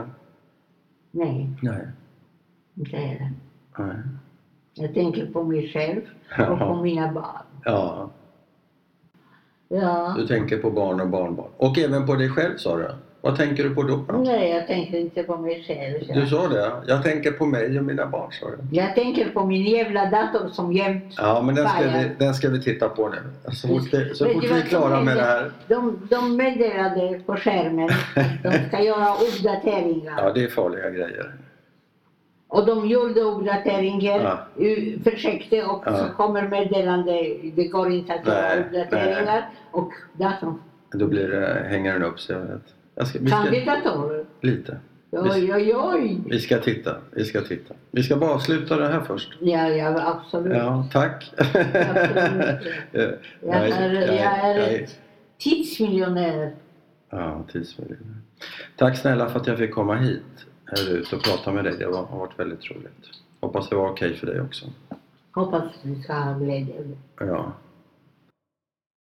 S2: Nej,
S1: Nej.
S2: inte heller.
S1: Nej.
S2: Jag tänker på mig själv och på
S1: Ja.
S2: mina barn.
S1: ja,
S2: Ja.
S1: du tänker på barn och barnbarn. Och även på dig själv sa du. Vad tänker du på då?
S2: Nej, jag tänker inte på mig själv.
S1: Du sa det. Jag tänker på mig och mina barn sa du.
S2: Jag tänker på min jävla dator som jämt...
S1: Ja, men den ska, vi,
S2: Pajar.
S1: den ska vi titta på nu. Så fort, det, så
S2: Men
S1: fort
S2: det
S1: vi
S2: var
S1: är klara
S2: som
S1: med det
S2: hände.
S1: här.
S2: De, de meddelade på skärmen att de ska göra uppdateringar.
S1: Ja, det är farliga grejer.
S2: Och de gjorde uppdateringar,
S1: Ja.
S2: u- försökte och
S1: Ja.
S2: så kommer meddelande, det går inte att göra
S1: Nej,
S2: uppdateringar. Och datorn,
S1: Då blir det, hänger den upp sig. Jag vet. Jag ska, vi ska,
S2: kandidatorer.
S1: lite.
S2: Oj, oj, oj.
S1: Vi ska titta. Vi ska titta. Vi ska bara avsluta det här först.
S2: Ja, ja, absolut.
S1: Ja, tack.
S2: Mm. Absolut.
S1: Eh,
S2: Jag är,
S1: jag-
S2: jag är
S1: jag
S2: ett tidsmiljonär.
S1: Ja, tidsmeddelande. Tack snälla för att jag fick komma hit här ut och prata med dig. Det var, har varit väldigt roligt. Hoppas det var okej för dig också.
S2: Hoppas du ska ha glädje.
S1: Ja,